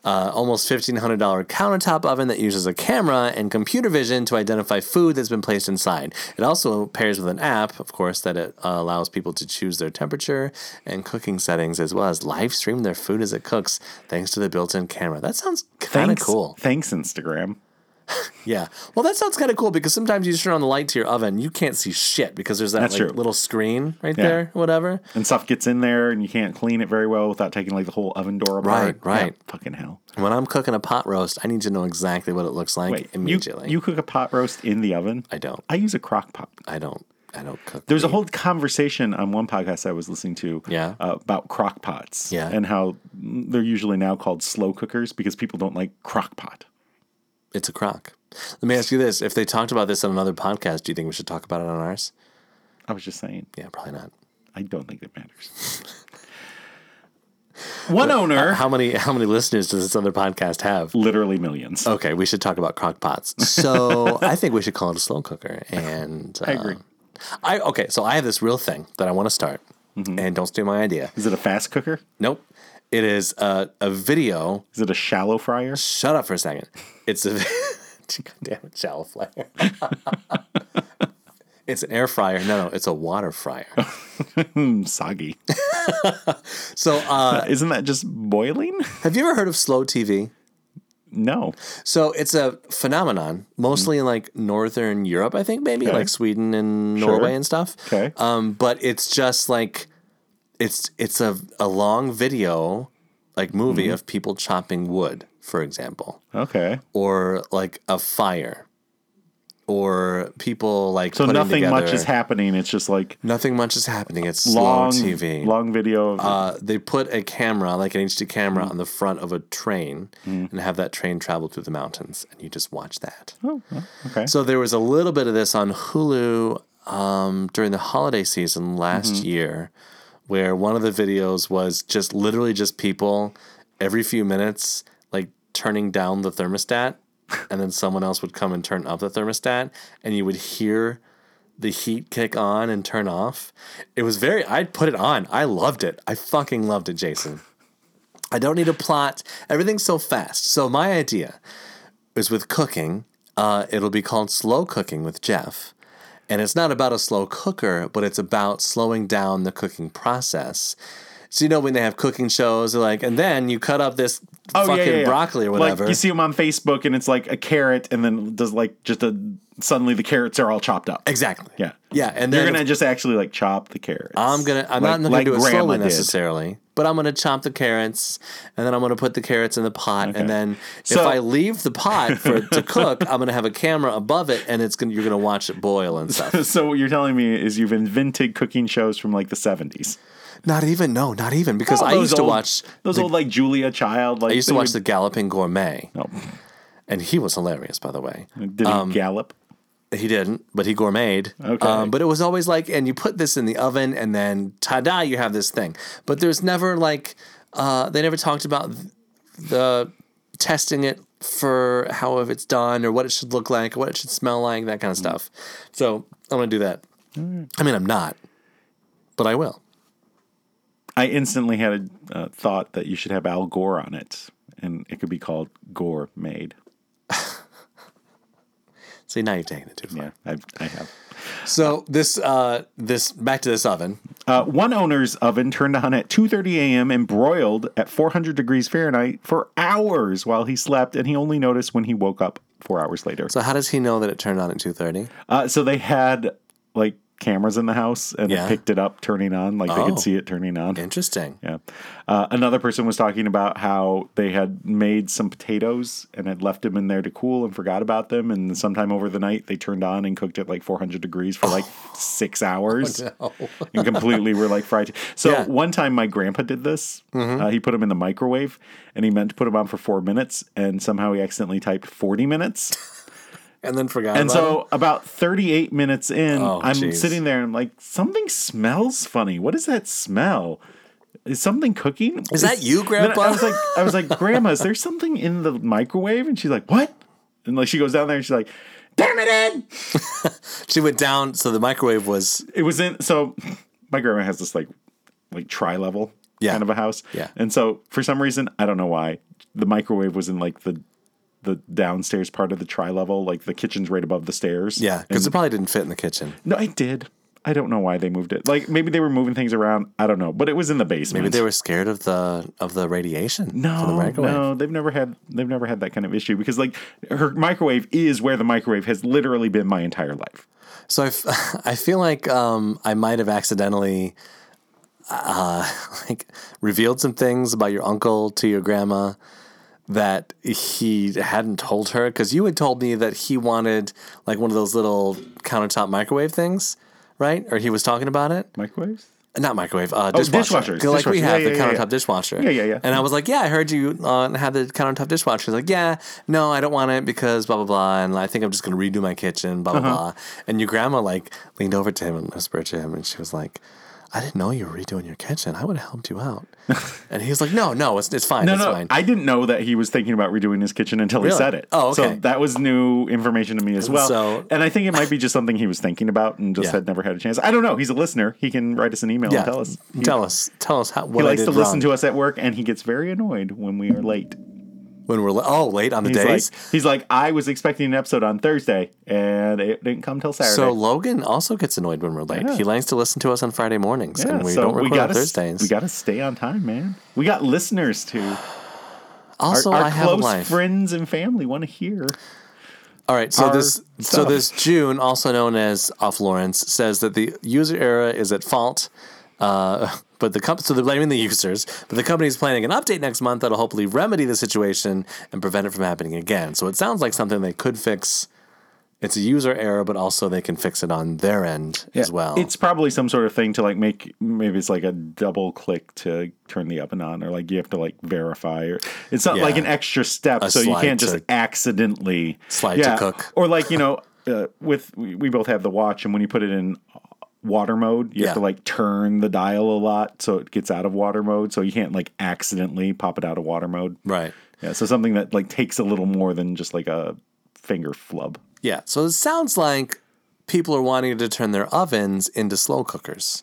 uh, almost $1,500 countertop oven that uses a camera and computer vision to identify food that's been placed inside. It also pairs with an app, of course, that it uh, allows people to choose their temperature and cooking settings as well as live stream their food as it cooks thanks to the built-in camera. That sounds kind of
Thanks,
cool.
Thanks, Instagram.
Yeah. Well, that sounds kind of cool because sometimes you turn on the light to your oven, you can't see shit because there's that
That's
like,
true.
little screen right
Yeah.
there, whatever.
and stuff gets in there, and you can't clean it very well without taking like the whole oven door apart.
Right, right.
Yeah, fucking hell.
When I'm cooking a pot roast, I need to know exactly what it looks like
Wait,
immediately.
You, you cook a pot roast in the oven?
I don't.
I use a crock pot.
I don't. I don't cook.
There's a
meat.
whole conversation on one podcast I was listening to
Yeah.
uh, about crock pots
Yeah.
and how they're usually now called slow cookers because people don't like crock pot.
It's a crock. Let me ask you this: If they talked about this on another podcast, do you think we should talk about it on ours?
I was just saying,
Yeah, probably not.
I don't think that matters. One owner,
How many How many listeners does this other podcast have?
literally millions.
Okay, we should talk about crock pots. So I think we should call it a slow cooker. And uh,
I agree.
I okay. So I have this real thing that I want to start,
Mm-hmm.
and don't steal my idea.
Is it a fast cooker?
Nope. It is a, a video.
Is it a shallow fryer?
Shut up for a second. It's a God damn it, shallow flyer. it's an air fryer. No, no, it's a water fryer.
Mm, soggy.
So, uh,
Isn't that just boiling?
have you ever heard of slow TV?
no.
So it's a phenomenon, mostly in like northern Europe, I think, maybe
Okay.
like Sweden and
Sure.
Norway and stuff.
Okay.
Um, but it's just like it's it's a a long video, like movie
Mm-hmm.
of people chopping wood, for example,
Okay.
or like a fire, or people like
So
putting
nothing much
together-
is happening. It's just like
Nothing much is happening. It's
long
slow TV.
long video. Of,
Uh, they put a camera, like an HD camera, on the front of a train and have that train travel through the mountains, and you just watch that.
okay.
So there was a little bit of this on Hulu um, during the holiday season last year, where one of the videos was just literally just people every few minutes, like turning down the thermostat, and then someone else would come and turn up the thermostat, and you would hear the heat kick on and turn off. It was very, I'd put it on. I loved it. I fucking loved it, Jason. I don't need a plot. Everything's so fast. So, my idea is with cooking, uh, it'll be called Slow Cooking with Jeff. And it's not about a slow cooker, but it's about slowing down the cooking process. So, you know, when they have cooking shows, they're like, and then you cut up this
Oh,
fucking broccoli or whatever.
Like you see them on Facebook, and it's like a carrot, and then does like just a suddenly the carrots are all chopped up.
exactly.
Yeah,
Yeah. And then
You're gonna just actually like chop the carrots.
I'm gonna.
Like-
I'm not gonna
like
do it
grandma
slowly
did.
necessarily, but I'm gonna chop the carrots, and then I'm gonna put the carrots in the pot, and then
So-
if I leave the pot for it to cook, I'm gonna have a camera above it, and it's gonna you're gonna watch it boil and stuff.
So what you're telling me is you've invented cooking shows from like the 70s.
not even no, not even because I
Those
used to
old-
watch.
those old like Julia Child. Like
I used to watch the Galloping Gourmet,
No,
and he was hilarious, by the way.
did
Um,
he gallop?
He didn't, but he gourmeted.
Okay.
Um, but it was always like, and you put this in the oven, and then ta-da, you have this thing. But there's never like, uh, they never talked about th- the testing it for how if it's done or what it should look like, what it should smell like, that kind
Mm.
of stuff. So I'm gonna do that. I mean, I'm not, but I will.
I instantly had a uh, thought that you should have Al Gore on it, and it could be called Gore Made.
See, now you're taking it too far.
Yeah, I, I have.
So this, uh, this back to this oven.
Uh, one owner's oven turned on at 2:30 a.m. and broiled at 400 degrees Fahrenheit for hours while he slept, and he only noticed when he woke up four hours later.
So how does he know that it turned on at two thirty?
Uh, so they had like cameras in the house, and
Yeah.
it picked it up turning on, like they
Oh.
could see it turning on.
Interesting.
Yeah. Uh, another person was talking about how they had made some potatoes and had left them in there to cool and forgot about them. And sometime over the night, they turned on and cooked at like 400 degrees for like
Oh.
six hours and completely were like fried. So
Yeah. Mm-hmm.
one time, my grandpa did this. Uh, he put them in the microwave and he meant to put them on for four minutes. And somehow he accidentally typed 40 minutes.
And then forgot.
And
about it?
so about 38 minutes in,
Oh,
I'm
geez.
sitting there and I'm like, something smells funny. What is that smell? Is something cooking?
Is that
Then I-
you,
I
Grandpa?
was like, I was like, Grandma, is there something in the microwave? And she's like, What? And like she goes down there and she's like, Damn it in.
She went down, so the microwave was
It was in so my grandma has this like like tri level
Yeah.
kind of a house.
Yeah.
And so for some reason, I don't know why, the microwave was in like the the downstairs part of the tri level, like the kitchen's right above the stairs.
yeah, because it probably didn't fit in the kitchen.
No, I did. I don't know why they moved it. Like maybe they were moving things around. I don't know, but it was in the basement.
Maybe they were scared of the of the radiation. from the
No,
microwave.
no, they've never had they've never had that kind of issue because like her microwave is where the microwave has literally been my entire life.
So I, f- I feel like um, I might have accidentally uh, like revealed some things about your uncle to your grandma that he hadn't told her because you had told me that he wanted like one of those little countertop microwave things, right? Or he was talking about it
Microwaves?
not microwave, uh, dishwasher.
dishwashers,
Like we
dishwashers.
have
Oh, Yeah,
the
yeah, yeah,
countertop
yeah.
dishwasher.
Yeah, yeah, yeah.
And I was like, yeah, I heard you uh, had the countertop dishwasher. She's like, yeah, no, I don't want it because blah blah blah, and I think I'm just gonna redo my kitchen,
Uh-huh.
blah blah blah. And your grandma like leaned over to him and whispered to him, and she was like. I didn't know you were redoing your kitchen. I would have helped you out. and he was like, "No, no, it's it's fine.
No,
it's
no,
fine."
I didn't know that he was thinking about redoing his kitchen until he
Really?
said it.
Oh, okay.
So that was new information to me as well.
So-
and I think it might be just something he was thinking about and just
Yeah.
had never had a chance. I don't know. He's a listener. He can write us an email
yeah,
and tell us. He,
tell us, tell us how. What
he
I
likes
did
to listen
wrong
to us at work, and he gets very annoyed when we are late.
when we're la- oh late on the
He's
days.
like, he's like, I was expecting an episode on Thursday, and it didn't come till Saturday.
So Logan also gets annoyed when we're late.
Yeah.
He likes to listen to us on Friday mornings, and we don't record
gotta,
on Thursdays.
We gotta stay on time, man. We got listeners too. Our,
also,
our
I have a
close
life.
friends and family want to hear.
All right, so
our
this so
stuff.
this June, also known as Off Lawrence, says that the user error is at fault. Uh, but the comp- so they're blaming the users, but the company is planning an update next month that'll hopefully remedy the situation and prevent it from happening again. So it sounds like something they could fix. It's a user error, but also they can fix it on their end as well.
It's probably some sort of thing to like make. Maybe it's like a double click to turn the up and on, or like you have to like verify, or it's not
Yeah.
like an extra step,
A
so you
slide
can't just
to-
accidentally
Slide to cook.
or like you know, uh, with we, we both have the watch, and when you put it in water mode, you
Yeah.
have to like turn the dial a lot so it gets out of water mode, so you can't like accidentally pop it out of water mode.
right.
Yeah, so something that like takes a little more than just like a finger flub.
Yeah. So it sounds like people are wanting to turn their ovens into slow cookers,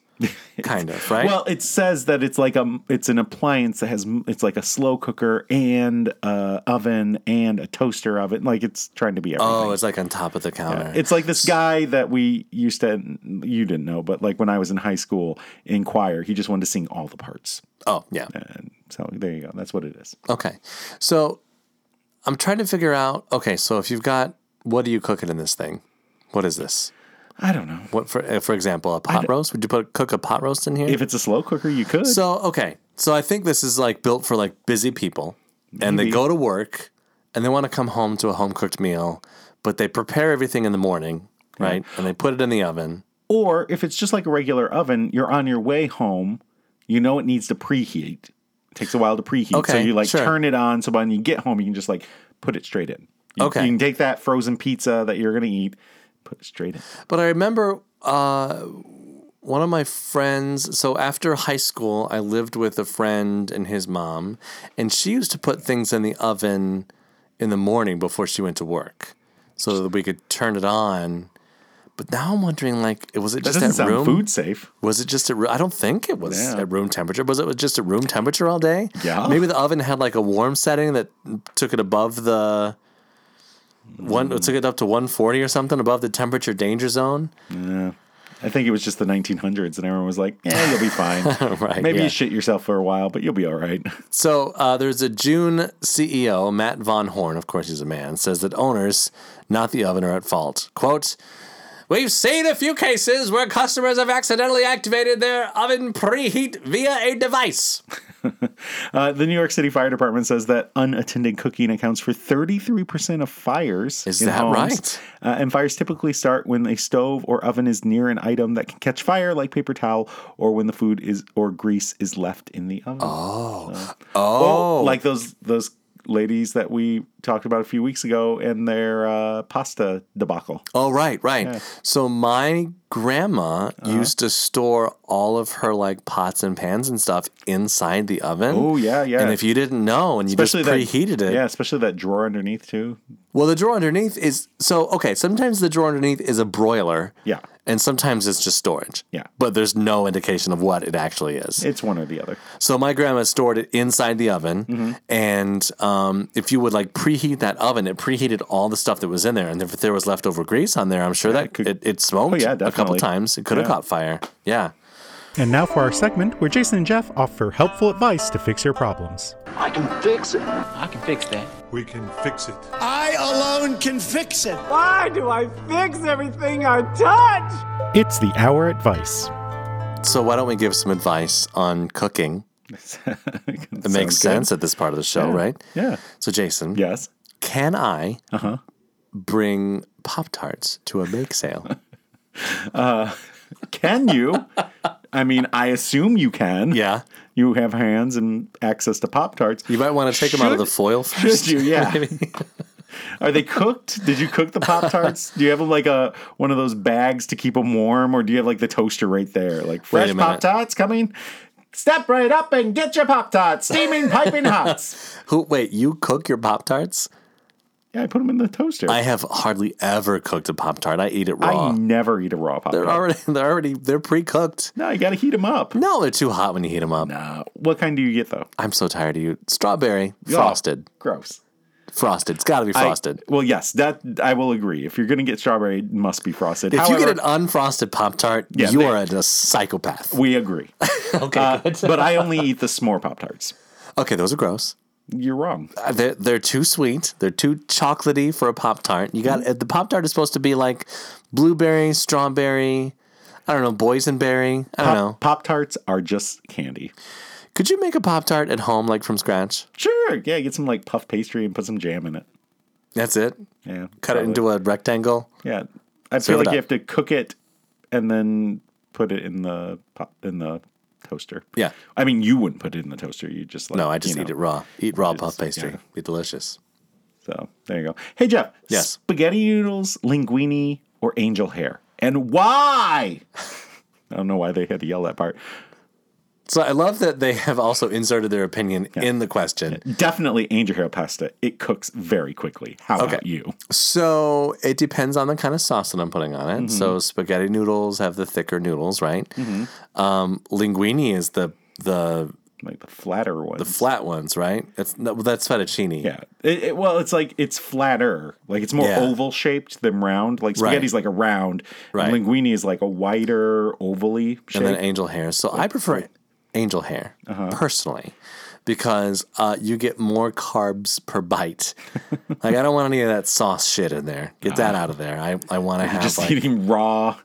kind of, right?
Well, it says that it's like a it's an appliance that has it's like a slow cooker and a oven and a toaster oven. Like it's trying to be everything.
oh, it's like on top of the counter.
It's like this guy that we used to you didn't know, but like when I was in high school in choir, he just wanted to sing all the parts.
oh, yeah.
And so there you go. That's what it is.
Okay. So I'm trying to figure out. Okay, so if you've got, what are you cooking in this thing? What is this?
I don't know.
What for? uh, For example, a pot roast. Would you put cook a pot roast in here?
If it's a slow cooker, you could.
So okay, so I think this is like built for like busy people, and they go to work, and they want to come home to a home cooked meal, but they prepare everything in the morning, right? And they put it in the oven.
or if it's just like a regular oven, you're on your way home, you know it needs to preheat. It takes a while to preheat. so
Okay,
you like
sure.
turn it on so by when you get home you can just like put it straight in. You,
Okay.
You can take that frozen pizza that you're gonna eat, put it straight in.
But I remember uh, one of my friends. So after high school, I lived with a friend and his mom, and she used to put things in the oven in the morning before she went to work, so that we could turn it on. But now I'm wondering, like, was it
That
just
doesn't
that,
sound
room?
food safe.
Was it just at? roo- I don't think it was
Yeah.
at room temperature. Was it just at room temperature all day?
Yeah.
Maybe the oven had like a warm setting that took it above the one.
Hmm.
Took it up to 140 or something above the temperature danger zone.
I think it was just the 1900s, and everyone was like, "Yeah, you'll be fine.
Right,
Maybe
yeah.
you shit yourself for a while, but you'll be all right."
So uh, there's a June CEO, Matt Von Horn, of course he's a man, says that owners, not the oven, are at fault. Quote, We've seen a few cases where customers have accidentally activated their oven preheat via a device.
Uh, the New York City Fire Department says that unattended cooking accounts for 33% of fires.
Is
in
that
homes.
right?
Uh, and fires typically start when a stove or oven is near an item that can catch fire, like paper towel, or when the food is or grease is left in the oven. Oh,
Oh,
like those those ladies that we talked about a few weeks ago and their uh, pasta debacle.
Oh, right, right. So my grandma
Uh-huh.
used to store all of her like pots and pans and stuff inside the oven.
Oh, yeah, yeah.
And if you didn't know and you just preheated
that,
it,
Yeah, especially that drawer underneath too.
well, the drawer underneath is so okay. Sometimes the drawer underneath is a broiler.
Yeah.
and sometimes it's just storage.
Yeah.
But there's no indication of what it actually is.
It's one or the other.
So my grandma stored it inside the oven,
Mm-hmm.
and um, if you would like preheat that oven, it preheated all the stuff that was in there, and if there was leftover grease on there, I'm sure that
could-
it, it smoked
Oh, yeah,
a couple
definitely.
times. It could have
Yeah.
caught fire. Yeah.
And now for our segment where Jason and Jeff offer helpful advice to fix your problems.
I can fix it.
I can fix that.
We can fix it.
I alone can fix it.
Why do I fix everything I touch?
It's the Hour Advice.
So why don't we give some advice on cooking? It makes sense at this part of the show, right?
Yeah. Uh-huh.
So Jason,
Yes.
can I bring Pop Tarts to a bake sale?
Can you? I mean, I assume you can.
yeah.
You have hands and access to Pop Tarts.
You might want to take them out of the foil first.
Should you? Yeah.
Maybe.
Are they cooked? Did you cook the Pop Tarts? do you have like a one of those bags to keep them warm, or do you have like the toaster right there? Like fresh
a minute.
Pop Tarts coming. Step right up and get your Pop Tarts, steaming, piping hot.
Who? Wait, you cook your Pop Tarts?
Yeah, I put them in the toaster.
I have hardly ever cooked a Pop Tart. I eat it raw.
I never eat a raw Pop
they're
Tart.
already they're already they're pre cooked.
No, you got to heat them up. Uh,
No, they're too hot when you heat them up.
What kind do you get though?
I'm so tired of you. Strawberry frosted,
Gross.
frosted. It's got to be
I-
frosted.
well, yes, that I will agree. If you're going to get strawberry, it must be frosted.
if
However,
you get an unfrosted Pop Tart,
Yeah,
you
they-
are a, a psychopath.
we agree.
okay,
Uh, but I only eat the s'more Pop Tarts.
okay, those are gross.
You're wrong.
Uh, They're they're too sweet. They're too chocolatey for a Pop Tart. You
Hmm.
got uh, the Pop Tart is supposed to be like blueberry, strawberry. I don't know, boysenberry. I don't know.
Pop Tarts are just candy.
Could you make a Pop Tart at home, like from scratch?
Sure. Yeah, get some like puff pastry and put some jam in it.
That's it.
Yeah.
Cut it into a rectangle.
Yeah. I
Serve
feel
it
like
up.
you have to cook it and then put it in the pop in the toaster.
Yeah.
I mean, you wouldn't put it in the toaster. You just like
No, I just
you
eat
know.
it raw. Eat raw puff pastry.
yeah.
Be delicious.
So there you go. Hey Jeff.
Yes.
Spaghetti noodles, linguine, or angel hair, and why? I don't know why they had to yell that part.
So I love that they have also inserted their opinion in the question.
Definitely angel hair pasta. It cooks very quickly. How
Okay.
about you?
So it depends on the kind of sauce that I'm putting on it. So spaghetti noodles have the thicker noodles, right? Um, linguine is the the
Like the flatter one.
flat ones, right? That's no, that's fettuccine.
Yeah. It, it- well, it's like it's flatter. Like it's more
Yeah.
oval shaped than round. Like spaghetti's like a round.
Right.
And linguine is like a wider, ovally shape.
and then angel hair. So I prefer angel hair
Uh-huh.
personally because uh, you get more carbs per bite. like I don't want any of that sauce shit in there. Get that out of there. I, I want to have
just
like
eating raw.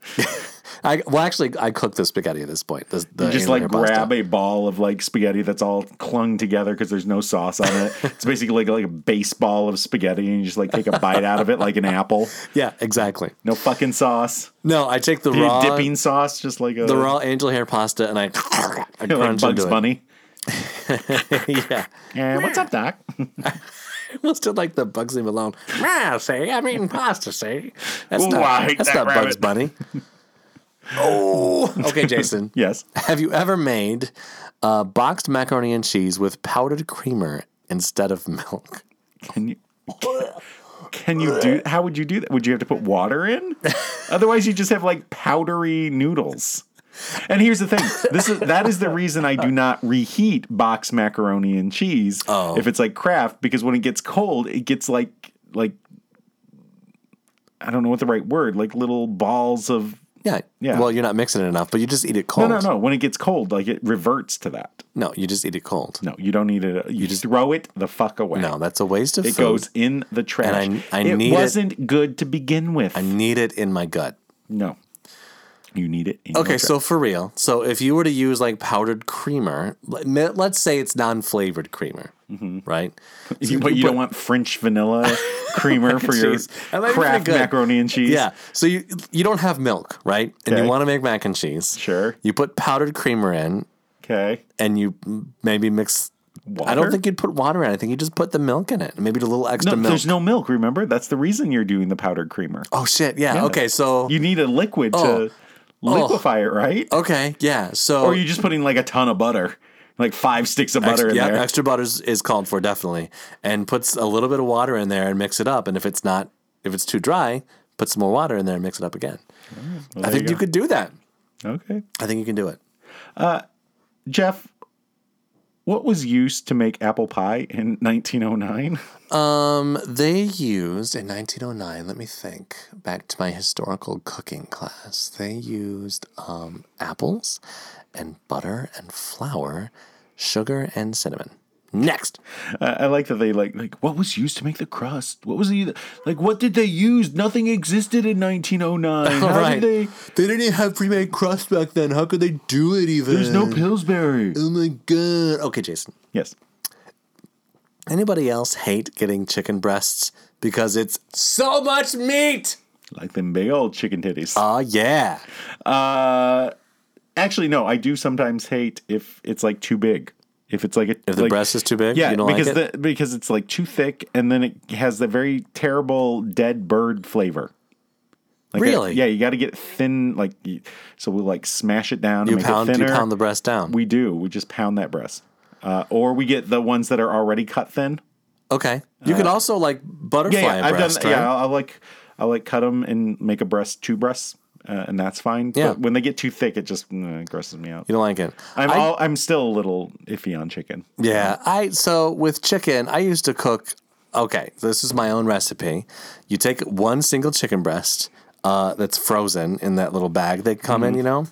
I well actually I cook the spaghetti at this point. The, the
Just
angel
like
hair pasta.
grab a ball of like spaghetti that's all clung together because there's no sauce on it. it's basically like, like a baseball of spaghetti and you just like take a bite out of it like an apple.
Yeah, exactly.
No fucking sauce.
No, I take the
You
raw
dipping sauce, just like a
the raw angel hair pasta and I, I
like
crunch
Bugs
into
Bunny.
it. yeah.
And what's up, Doc?
Let's do like the Bugsy Malone. Ah, see, I'm eating pasta, see? That's
Ooh,
not,
I hate
that's
that
not Bugs
rabbit.
Bunny. oh, okay, Jason.
yes.
Have you ever made uh, boxed macaroni and cheese with powdered creamer instead of milk?
Can you can you do how would you do that? Would you have to put water in? Otherwise you just have like powdery noodles. And here's the thing. This is that is the reason I do not reheat box macaroni and cheese if it's like Kraft because when it gets cold, it gets like like I don't know what the right word, like little balls of
Yeah.
Yeah.
Well, you're not mixing it enough, but you just eat it
No,
cold.
no, no. When it gets cold, like it reverts to that.
No, you just eat it cold.
No, you don't need it. You, just throw it the fuck away.
No, that's a waste of
It
food.
goes in the trash.
And I- I
it
need it-
wasn't good to begin with.
I need it in my gut.
No. You need it. in
Okay,
your
so for real. So if you were to use like powdered creamer, let- let's say it's non-flavored creamer, right?
drink. Mm-hmm. You- but you don't want French vanilla creamer for your
cheese. I like
Kraft
pretty good.
macaroni and cheese.
Yeah. So you you don't have milk, right? And
Okay.
you want to make mac and cheese.
Sure.
You put powdered creamer in
Okay.
and you m- maybe mix I
Water?
don't think you'd put water in. I think you just put the milk in it. Maybe a little
No,
extra milk.
there's no milk. Remember, that's the reason you're doing the powdered creamer.
Oh shit. Yeah. Okay, so
You need a liquid
Oh.
to liquefy it, right?
Okay, yeah. So
Or are you just putting like a ton of butter, like five sticks of
Ex-
butter in
yeah,
there?
extra butter is- is called for definitely, and puts a little bit of water in there and mix it up. And if it's not, if it's too dry, put some more water in there and mix it up again. I think you, could do that.
Okay.
I think you can do it.
Jeff, what was used to make apple pie in 1909?
Um, they used in 1909. Let me think back to my historical cooking class. They used um, apples, and butter and flour, sugar and cinnamon. Next,
Uh, I like that they like like what was used to make the crust? What was the like what did they use? Nothing existed in 1909. How
Right.
did they
didn't have pre-made crust back then. How could they do it even?
There's no Pillsbury.
Oh my god. Okay, Jason.
Yes.
Anybody else hate getting chicken breasts because it's so much meat?
Like them big old chicken titties.
Ah, yeah.
Uh, actually, no. I do sometimes hate if it's like too big. If it's like a,
If the
like-
breast is too big,
yeah,
you don't like
because
it?
The, because it's like too thick, and then it has the very terrible dead bird flavor. Like a-
Really?
yeah, you got to get thin. Like you- so, we like smash it down.
You
and make
pound,
it
you
thinner.
pound the breast down.
We do. We just pound that breast, uh, or we get the ones that are already cut thin.
okay. You can also like butterfly
Uh, Yeah, yeah
a
I've
breast,
done.
right?
Yeah, I'll, I'll like I'll like cut them and make a breast two breasts, uh, and that's fine.
Yeah.
But when they get too thick, it just mm, grosses me out.
You don't like it.
I'm
I-
all, I'm still a little iffy on chicken.
Yeah, I so with chicken, I used to cook. Okay, this is my own recipe. You take one single chicken breast uh, that's frozen in that little bag they come
Mm-hmm.
in, you know,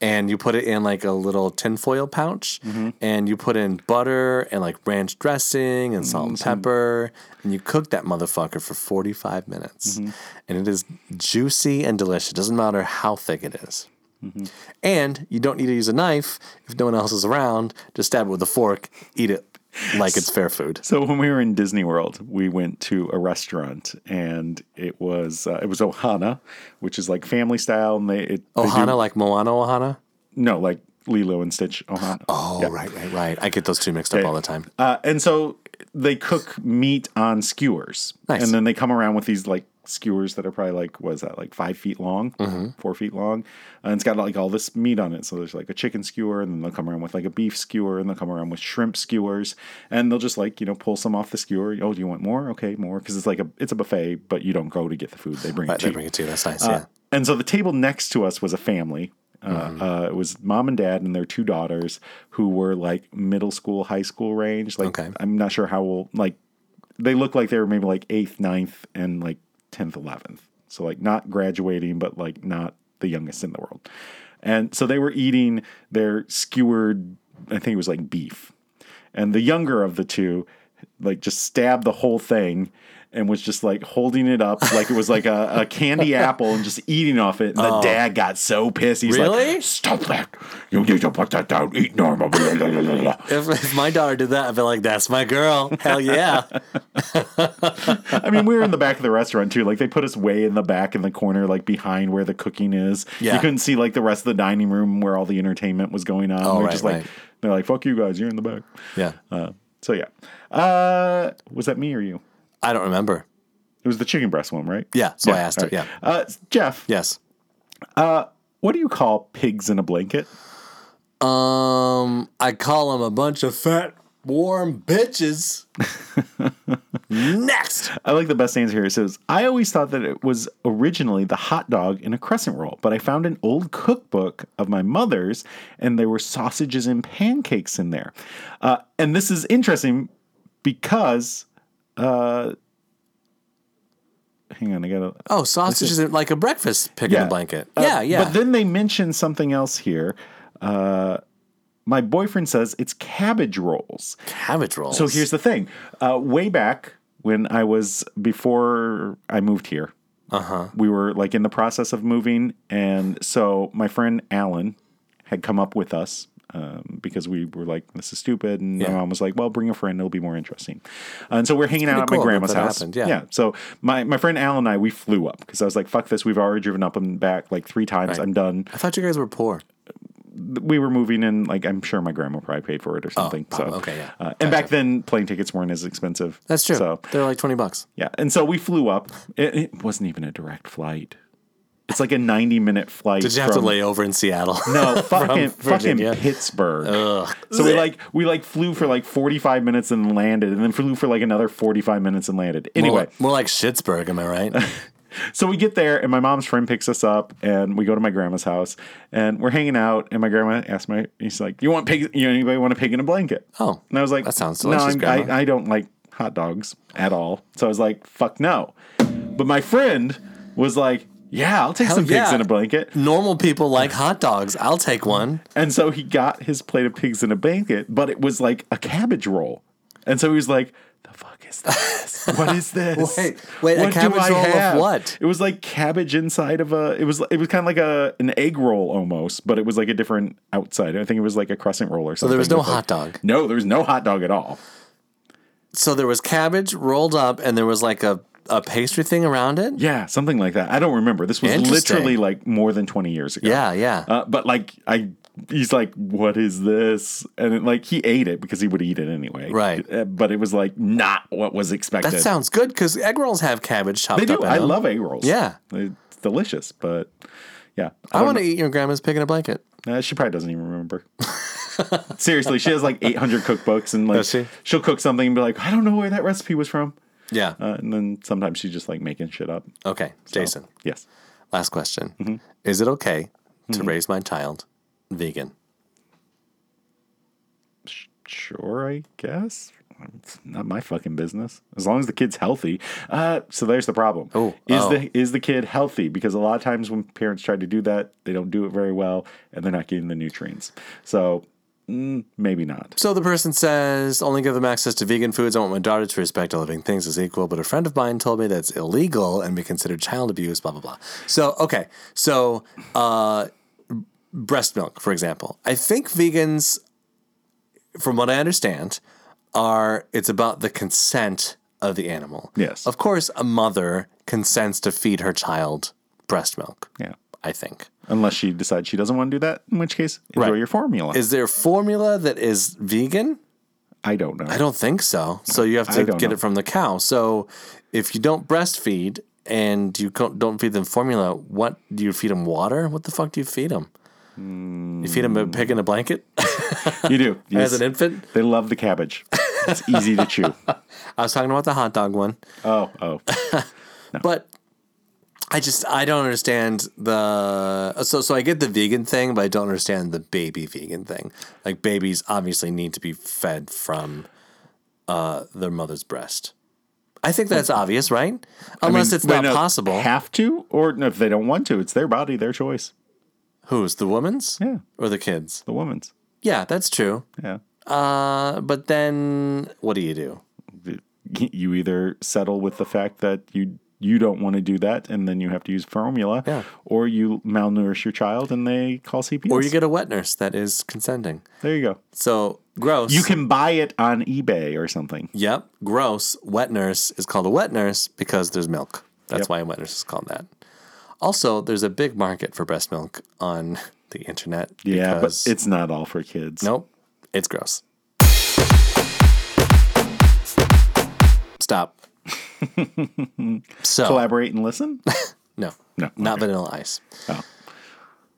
and you put it in like a little tinfoil pouch,
Mm-hmm.
and you put in butter and like ranch dressing and salt
Mm-hmm.
and pepper, and you cook that motherfucker for forty five minutes,
Mm-hmm.
and it is juicy and delicious. Doesn't matter how thick it is. And you don't need to use a knife if no one else is around. Just stab it with a fork, eat it like it's fair food.
So when we were in Disney World, we went to a restaurant, and it was uh, it was Ohana, which is like family style, and they it they do-
Ohana, like Moana Ohana?
no like Lilo and Stitch Ohana.
Oh, right, right, right. I get those two mixed up all the time.
Uh, and so they cook meat on skewers,
Nice.
and then they come around with these like skewers that are probably like what is that like five feet long,
Mm-hmm.
four feet long, and it's got like all this meat on it. So there's like a chicken skewer, and then they'll come around with like a beef skewer, and they'll come around with shrimp skewers, and they'll just like you know pull some off the skewer. Oh, do you want more? Okay, more because it's like a it's a buffet, but you don't go to get the food; they bring
Right,
it to
they
you.
bring it to you. That's nice.
Uh, and so the table next to us was a family. Uh, uh, it was mom and dad and their two daughters who were like middle school, high school range. Like
Okay.
I'm not sure how old. Like they looked like they were maybe like eighth, ninth, and like tenth, eleventh. So like not graduating, but like not the youngest in the world. And so they were eating their skewered. I think it was like beef and the younger of the two like just stabbed the whole thing and was just like holding it up like it was like a, a candy apple and just eating off it and the dad got so pissed he's
Really?
like stop that you need to put that down eat normal Blah, blah, blah, blah, blah.
Yeah. If, if my daughter did that, I'd be like, that's my girl. Hell yeah.
i mean we were in the back of the restaurant too like they put us way in the back in the corner like behind where the cooking is
Yeah.
you couldn't see like the rest of the dining room where all the entertainment was going on they're
Oh, right,
just like
right.
they're like fuck you guys you're in the back
yeah.
uh, so yeah uh, was that me or you
I don't remember.
it was the chicken breast one right
Yeah. So I asked
All
her. Yeah.
right. Uh, Jeff,
Yes.
what do you call pigs in a blanket?
Um, I call them a bunch of fat, warm bitches. Next.
I like the best answer here. It says, I always thought that it was originally the hot dog in a crescent roll, but I found an old cookbook of my mother's and there were sausages and pancakes in there. Uh, and this is interesting because, uh, hang on, I gotta.
Oh, sausages are like a breakfast pick in
Yeah.
a blanket.
Uh,
yeah, yeah.
But then they mention something else here. Uh, my boyfriend says it's cabbage rolls.
cabbage rolls.
So here's the thing. Uh, way back when I was before I moved here, uh-huh. we were like in the process of moving, and so my friend Alan had come up with us um, because we were like, "This is stupid," and my
Yeah.
mom was like, "Well, bring a friend; it'll be more interesting." And so we're hanging out at
pretty
my
cool that
grandma's
that
house.
happened, yeah.
So my my friend Alan and I we flew up because I was like, "Fuck this! We've already driven up and back like three times. I'm done."
I thought you guys were poor.
we were moving in like I'm sure my grandma probably paid for it or something. so
Oh, probably. Okay, yeah.
Uh, and back then plane tickets weren't as expensive.
That's true.
So
They're like 20 bucks.
yeah, and so we flew up. It, it wasn't even a direct flight. It's like a 90 minute flight.
Did you have to
from-
lay over in Seattle?
No, fucking fucking
Virginia.
Pittsburgh. So we like we like flew for like 45 minutes and landed, and then flew for like another 45 minutes and landed.
More
Anyway,
like, more like Schittsburg, am I right?
So we get there, and my mom's friend picks us up, and we go to my grandma's house, and we're hanging out. And my grandma asks my, he's like, "You want pig? You know, anybody want a pig in a blanket?"
Oh,
and I was like,
that sounds
no,
delicious,
I'm- i
Grandma."
I don't like hot dogs at all. So I was like, "Fuck no." But my friend was like, "Yeah, I'll take
Hell
some pigs
yeah.
in a blanket."
Normal people like hot dogs. I'll take one.
And so he got his plate of pigs in a blanket, but it was like a cabbage roll. And so he was like, the fuck is this? What is this?
Wait, wait, a
do
cabbage
I
roll of what?
It was like cabbage inside of a it was it was kind of like a an egg roll almost, but it was like a different outside. I think it was like a crescent roll or something.
So there was no
with, like-
hot dog.
No, there was no hot dog at all.
So there was cabbage rolled up, and there was like a, a pastry thing around it.
Yeah, something like that. I don't remember. This was
Interesting.
literally like more than 20 years ago.
Yeah, yeah.
Uh, but like I he's like what is this? And it, like he ate it because he would eat it anyway.
Right.
Uh, but it was like not what was expected.
that sounds good because egg rolls have cabbage chopped
They do.
up. in
I
them.
love egg rolls.
Yeah.
It's delicious, but yeah.
I
don't
want to eat your grandma's pig in a blanket.
Uh, she probably doesn't even remember. Seriously, she has like 800 cookbooks, and like
Does she?
will cook something and be like, "I don't know where that recipe was from,"
Yeah.
uh, and then sometimes she's just like making shit up.
okay,
So, Mm-hmm.
Jason.
yes,
Last question: Is it okay
Mm-hmm.
to raise my child vegan?
sure, I guess. It's not my fucking business. As long as the kid's healthy. Uh, so there's the problem.
Oh,
is
oh.
the is the kid healthy? Because a lot of times when parents try to do that, they don't do it very well, and they're not getting the nutrients. So mm, maybe not.
So the person says, only give them access to vegan foods. I want my daughter to respect all living things as equal, but a friend of mine told me that's illegal and be considered child abuse, blah, blah, blah. So, okay. So, uh, breast milk, for example. I think vegans, from what I understand, are it's about the consent of the animal.
Yes.
Of course, a mother consents to feed her child breast milk,
Yeah.
I think.
Unless she decides she doesn't want to do that, in which case, enjoy
Right.
your formula.
Is there formula that is vegan?
I don't know.
I don't think so. So you have
I
to
don't
get
know.
it from the cow. So if you don't breastfeed and you co- don't feed them formula, what do you feed them? Water? What the fuck do you feed them? You feed them a pig in a blanket
You do. Yes.
as an infant.
They love the cabbage. It's easy to chew.
I was talking about the hot dog one,
Oh, oh.
but I just I don't understand the so so I get the vegan thing, but I don't understand the baby vegan thing. Like babies obviously need to be fed from uh, their mother's breast. I think that's obvious, right? Unless it's
Hmm. Wait,
not
no,
possible.
Have to, or no, if they don't want to, it's their body, their choice.
Whose? The woman's?
Yeah.
Or the kids?
The woman's.
Yeah, that's true.
Yeah.
Uh, but then what do you do?
You either settle with the fact that you you don't want to do that, and then you have to use formula,
Yeah.
or you malnourish your child, and they call CPS.
Or you get a wet nurse that is consenting.
there you go.
So gross.
You can buy it on eBay or something.
Yep. Gross. Wet nurse is called a wet nurse because there's milk. That's why a wet nurse is called that. Also, there's a big market for breast milk on the internet.
Yeah,
because-
but it's not all for kids.
nope. It's gross. Stop. so
Collaborate and listen.
No.
No,
Not
okay.
vanilla ice.
Oh.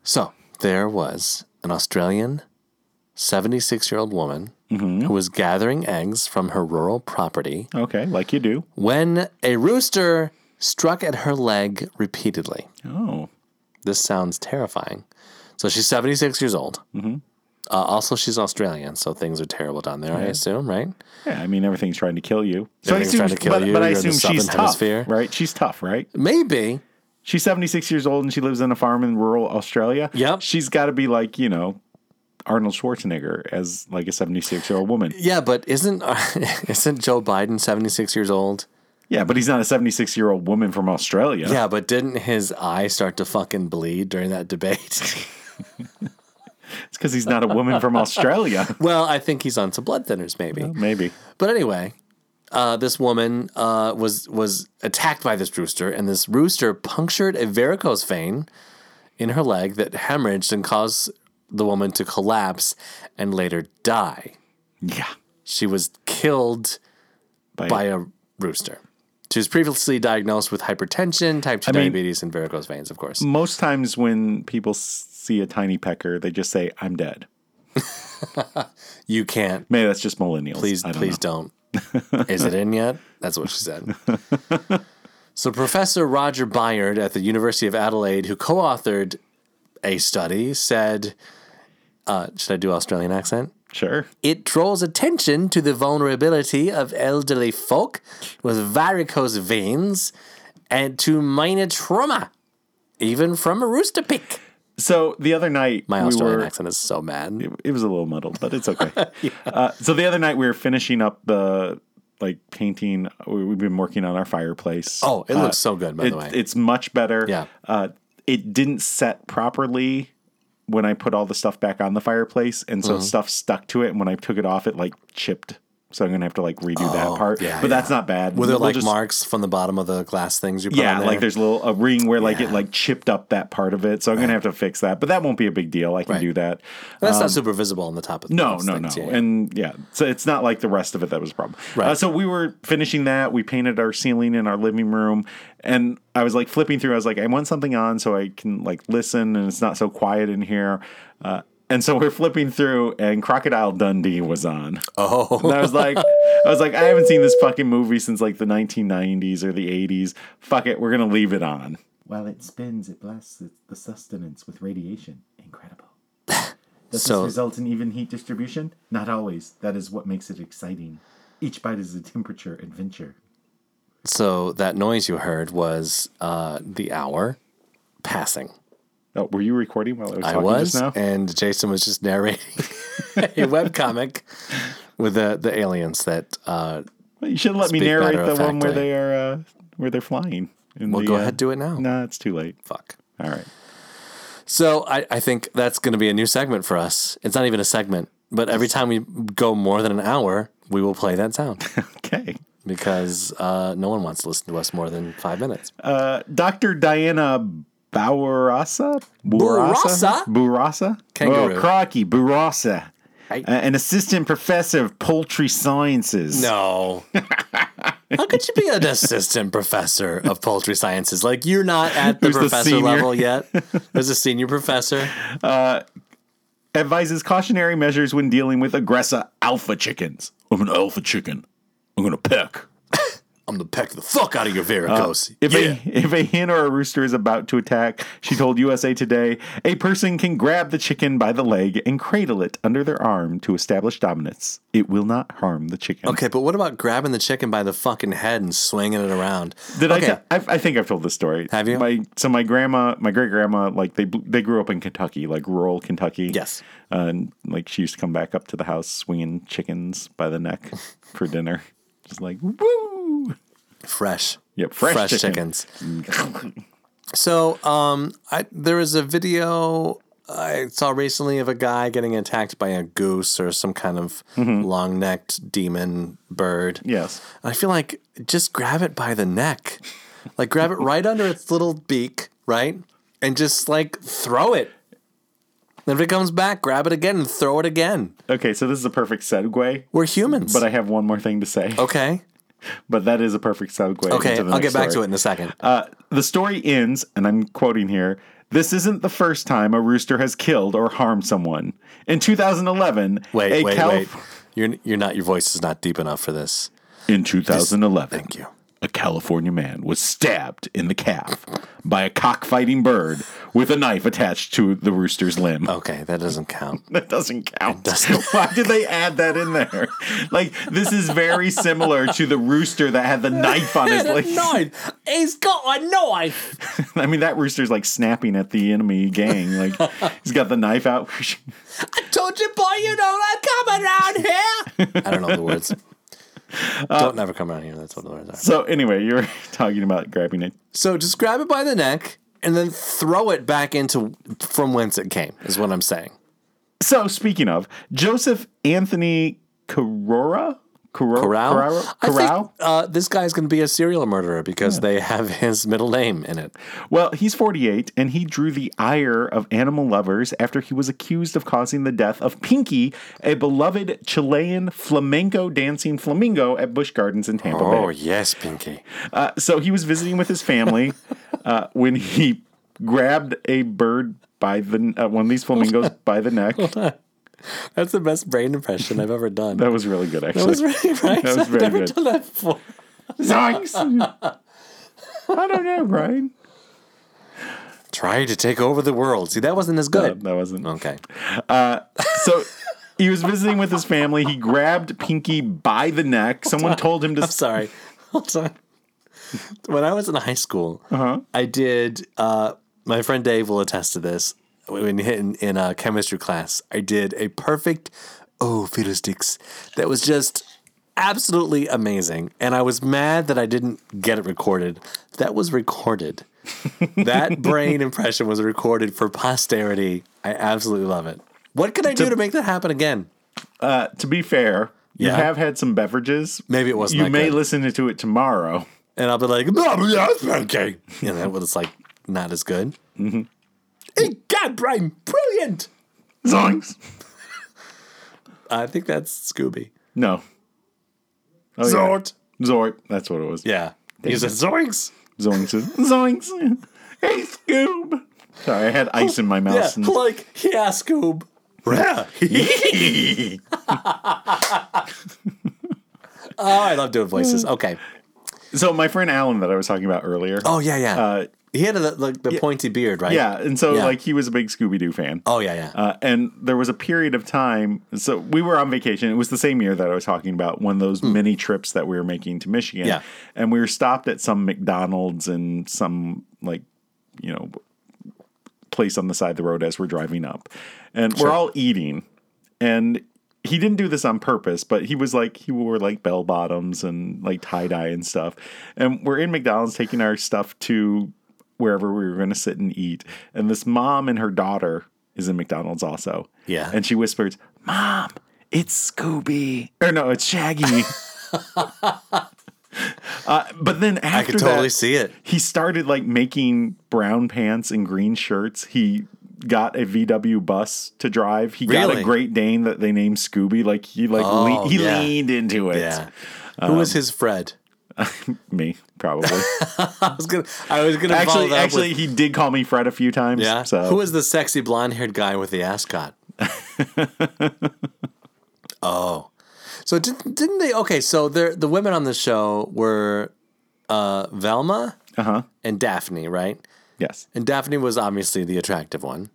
So there was an Australian 76 year old woman
Mm-hmm.
who was gathering eggs from her rural property
okay, like you do.
when a rooster struck at her leg repeatedly.
Oh,
This sounds terrifying. So she's 76 years old. Mm-hmm. Uh, also, she's Australian, so things are terrible down there, I assume, right?
Yeah, I mean everything's trying to kill you. I
Everything's trying to kill
but,
you.
but I
You're in the
assume she's
southern
tough,
hemisphere.
right? She's tough, right?
Maybe.
She's seventy six years old and she lives on a farm in rural Australia.
Yep.
she's got to be like you know Arnold Schwarzenegger as like a seventy six year old woman.
Yeah, but isn't isn't Joe Biden 76 years old?
Yeah, but he's not a seventy six year old woman from Australia.
Yeah, but didn't his eye start to fucking bleed during that debate?
it's because he's not a woman from Australia.
well, I think he's on some blood thinners, maybe.
Maybe.
But anyway, uh, this woman uh, was was attacked by this rooster, and this rooster punctured a varicose vein in her leg that hemorrhaged and caused the woman to collapse and later die.
Yeah.
She was killed
By-
by a rooster. She was previously diagnosed with hypertension, type 2
mean-
diabetes, and varicose veins, of course.
Most times when people s- see a tiny pecker, they just say, "I'm dead."
You can't
Maybe that's just millennials.
Please,
I don't
please don't. Is it in yet? That's what she said. So, Professor Roger Byard at the University of Adelaide, who co authored a study, said, uh, Should I do Australian accent?
Sure.
It draws attention to the vulnerability of elderly folk with varicose veins and to minor trauma, even from a rooster pick.
So the other night
My
we
Australian
were
accent is so mad.
it was a little muddled, but it's okay. uh, so the other night we were finishing up the like painting. We, we've been working on our fireplace.
Oh, it
Uh,
looks so good, by
it,
the way.
It's much better.
Yeah.
Uh, it didn't set properly when I put all the stuff back on the fireplace, and
Mm-hmm.
so stuff stuck to it. And when I took it off, it like chipped. So I'm gonna have to like redo that part.
Oh, yeah,
but that's not bad.
Were there
We'll
like
just-
marks from the bottom of the glass things you put
Yeah,
on
like
there?
there's a little a ring where like it like chipped up that part of it. So I'm gonna have to fix that, but that won't be a big deal. I can
Right.
do that.
That's not super visible on the top of the
Um, No,
those
no, no.
things, yeah, yeah.
And yeah, so it's not like the rest of it that was a problem.
Right.
Uh, so we were finishing that. We painted our ceiling in our living room. And I was like flipping through. I was like, I want something on so I can like listen and it's not so quiet in here. Uh, and so we're flipping through and Crocodile Dundee was on. Oh. And I was like, I was like, I haven't seen this fucking movie since like the 1990s or the 80s. Fuck it. We're going to leave it on.
While it spins, it blasts the- the sustenance with radiation. Incredible. Does
So-
this result in even heat distribution? Not always. That is what makes it exciting. Each bite is a temperature adventure.
So that noise you heard was uh, the hour passing.
Oh, were you recording while I was
I
talking
was,
just now?
and Jason was just narrating a webcomic with the, the aliens that uh,
Well, you should let me
Speak
narrate
matter
the
of
one where
factly.
they are uh, where they're flying. in
Well,
the,
go
uh,
ahead, do it now.
No, it's too late.
fuck.
All right.
So I, I think that's going to be a new segment for us. It's not even a segment, but every time we go more than an hour, we will play that sound
Okay.
because uh, no one wants to listen to us more than five minutes.
Uh, Dr. Diana Bowerasa?
Bourassa?
Bourassa?
Kangaroo.
Oh, crocky. Bourassa.
Hey.
Uh, an assistant professor of poultry sciences.
No. How could you be an assistant professor of poultry sciences? Like you're not at the
Who's the
professor
senior?
level yet. As a senior professor,
Advises cautionary measures when dealing with aggressive alpha chickens.
I'm an alpha chicken. I'm gonna peck.
I'm gonna peck the fuck out of your varicose.
If, a, if a hen or a rooster is about to attack, she told USA Today, a person can grab the chicken by the leg and cradle it under their arm to establish dominance. It will not harm the chicken.
Okay, but what about grabbing the chicken by the fucking head and swinging it around?
Did
okay.
I? te- I've- I think I've told this story.
Have you?
My so my grandma, my great grandma, like they bl- they grew up in Kentucky, like rural Kentucky.
Yes.
Uh, and like she used to come back up to the house swinging chickens by the neck for dinner, just like woo.
fresh.
Yep, fresh chicken.
chickens. so, um, I there was a video I saw recently of a guy getting attacked by a goose or some kind of
Mm-hmm.
long-necked demon bird.
Yes.
I feel like just grab it by the neck, like grab it right under its little beak, right, and just like throw it. Then if it comes back, grab it again and throw it again.
Okay, so this is a perfect segue,
We're humans.
but I have one more thing to say.
okay,
But that is a perfect segue.
Oh. okay,
into the
I'll
next
get back
story.
to it in a second.
Uh, the story ends, and I'm quoting here. This isn't the first time a rooster has killed or harmed someone. In 2011,
Wait,
a
wait,
Calif-
wait. You're you're not your voice is not deep enough for this.
In 2011,
Thank you.
a California man was stabbed in the calf by a cockfighting bird with a knife attached to the rooster's limb.
Okay, that doesn't count.
That doesn't count.
doesn't-
Why did they add that in there? Like, this is very similar to the rooster that had the knife on his leg.
knife. He's got a knife.
I mean, that rooster's like snapping at the enemy gang. Like, he's got the knife out.
I told you, boy, you don't come around here. I don't know the words. don't never come around here. That's what the words are.
so, anyway, you're talking about grabbing it.
So just grab it by the neck and then throw it back into from whence it came. Is what I'm saying.
So, speaking of, Joseph Anthony Carora? Carora?
Corral.
Carora?
I think,
Corral?
uh, this guy's going to be a serial murderer because they have his middle name in it.
Well, he's 48, and he drew the ire of animal lovers after he was accused of causing the death of Pinky, a beloved Chilean flamenco dancing flamingo at Busch Gardens in Tampa
Oh
Bay.
yes, Pinky.
Uh, so he was visiting with his family uh, when he grabbed a bird by the uh, one of these flamingos by the neck.
That's the best brain impression I've ever done.
That was really good, actually.
That was really right.
That was
I've
very
never
good.
done that before.
Zoinks! I don't know, Brian.
Try to take over the world. See, that wasn't as
No,
good.
that wasn't.
Okay.
So he was visiting with his family. He grabbed Pinky by the neck. Someone told him to.
I'm sorry. Hold on. When I was in high school,
Uh-huh.
I did. Uh, my friend Dave will attest to this. When in in a chemistry class, I did a perfect oh fiddle sticks that was just absolutely amazing, and I was mad that I didn't get it recorded. That was recorded. that brain impression was recorded for posterity. I absolutely love it. What could I do to make that happen again?
To be fair, you
Yeah.
have had some beverages.
Maybe it wasn't
You
that
may
good.
listen to it tomorrow.
and I'll be like, blah, blah, okay. You know, well, it's like not as good. Mm-hmm. Hey, God, Brian, brilliant.
Zongs.
I think that's Scooby.
No. Oh, yeah.
Zort.
Zort. That's what it was.
Yeah. He said, Zoinks.
Zoinks. Zoinks. Hey, Scoob. Sorry, I had ice in my mouth.
Yeah.
and-
Like, yeah, Scoob. Yeah. oh, I love doing voices.
Mm.
Okay.
So my friend Alan that I was talking about earlier.
Oh, yeah, yeah.
Uh,
he had the, like, the pointy beard, right?
yeah, and so
Yeah.
like he was a big Scooby Doo fan.
Oh, yeah, yeah.
Uh, and there was a period of time. So we were on vacation. It was the same year that I was talking about one of those mini trips that we were making to Michigan.
Yeah.
And we were stopped at some McDonald's and some like, you know, place on the side of the road as we're driving up. And we're all eating. And he didn't do this on purpose, but he was like, he wore like bell bottoms and like tie dye and stuff. And we're in McDonald's taking our stuff to wherever we were going to sit and eat. And this mom and her daughter is in McDonald's also.
Yeah.
And she whispers, Mom, it's Scooby. Or no, it's Shaggy. Uh, but then after
I could totally
that,
see it.
he started like making brown pants and green shirts. He got a VW bus to drive. He got a
Really?
Great Dane that they named Scooby. Like he like
Oh,
le- he
yeah.
leaned into it.
Yeah. Who was
Um,
his Fred?
Me probably.
I was gonna. I was gonna follow
actually,
that up
actually,
with-
he did call me Fred a few times.
yeah.
So
Who was the sexy blonde-haired guy with the ascot? oh, so did, didn't they? Okay, so there the women on the show were uh, Velma and Daphne, right?
Uh-huh. yes.
And Daphne was obviously the attractive one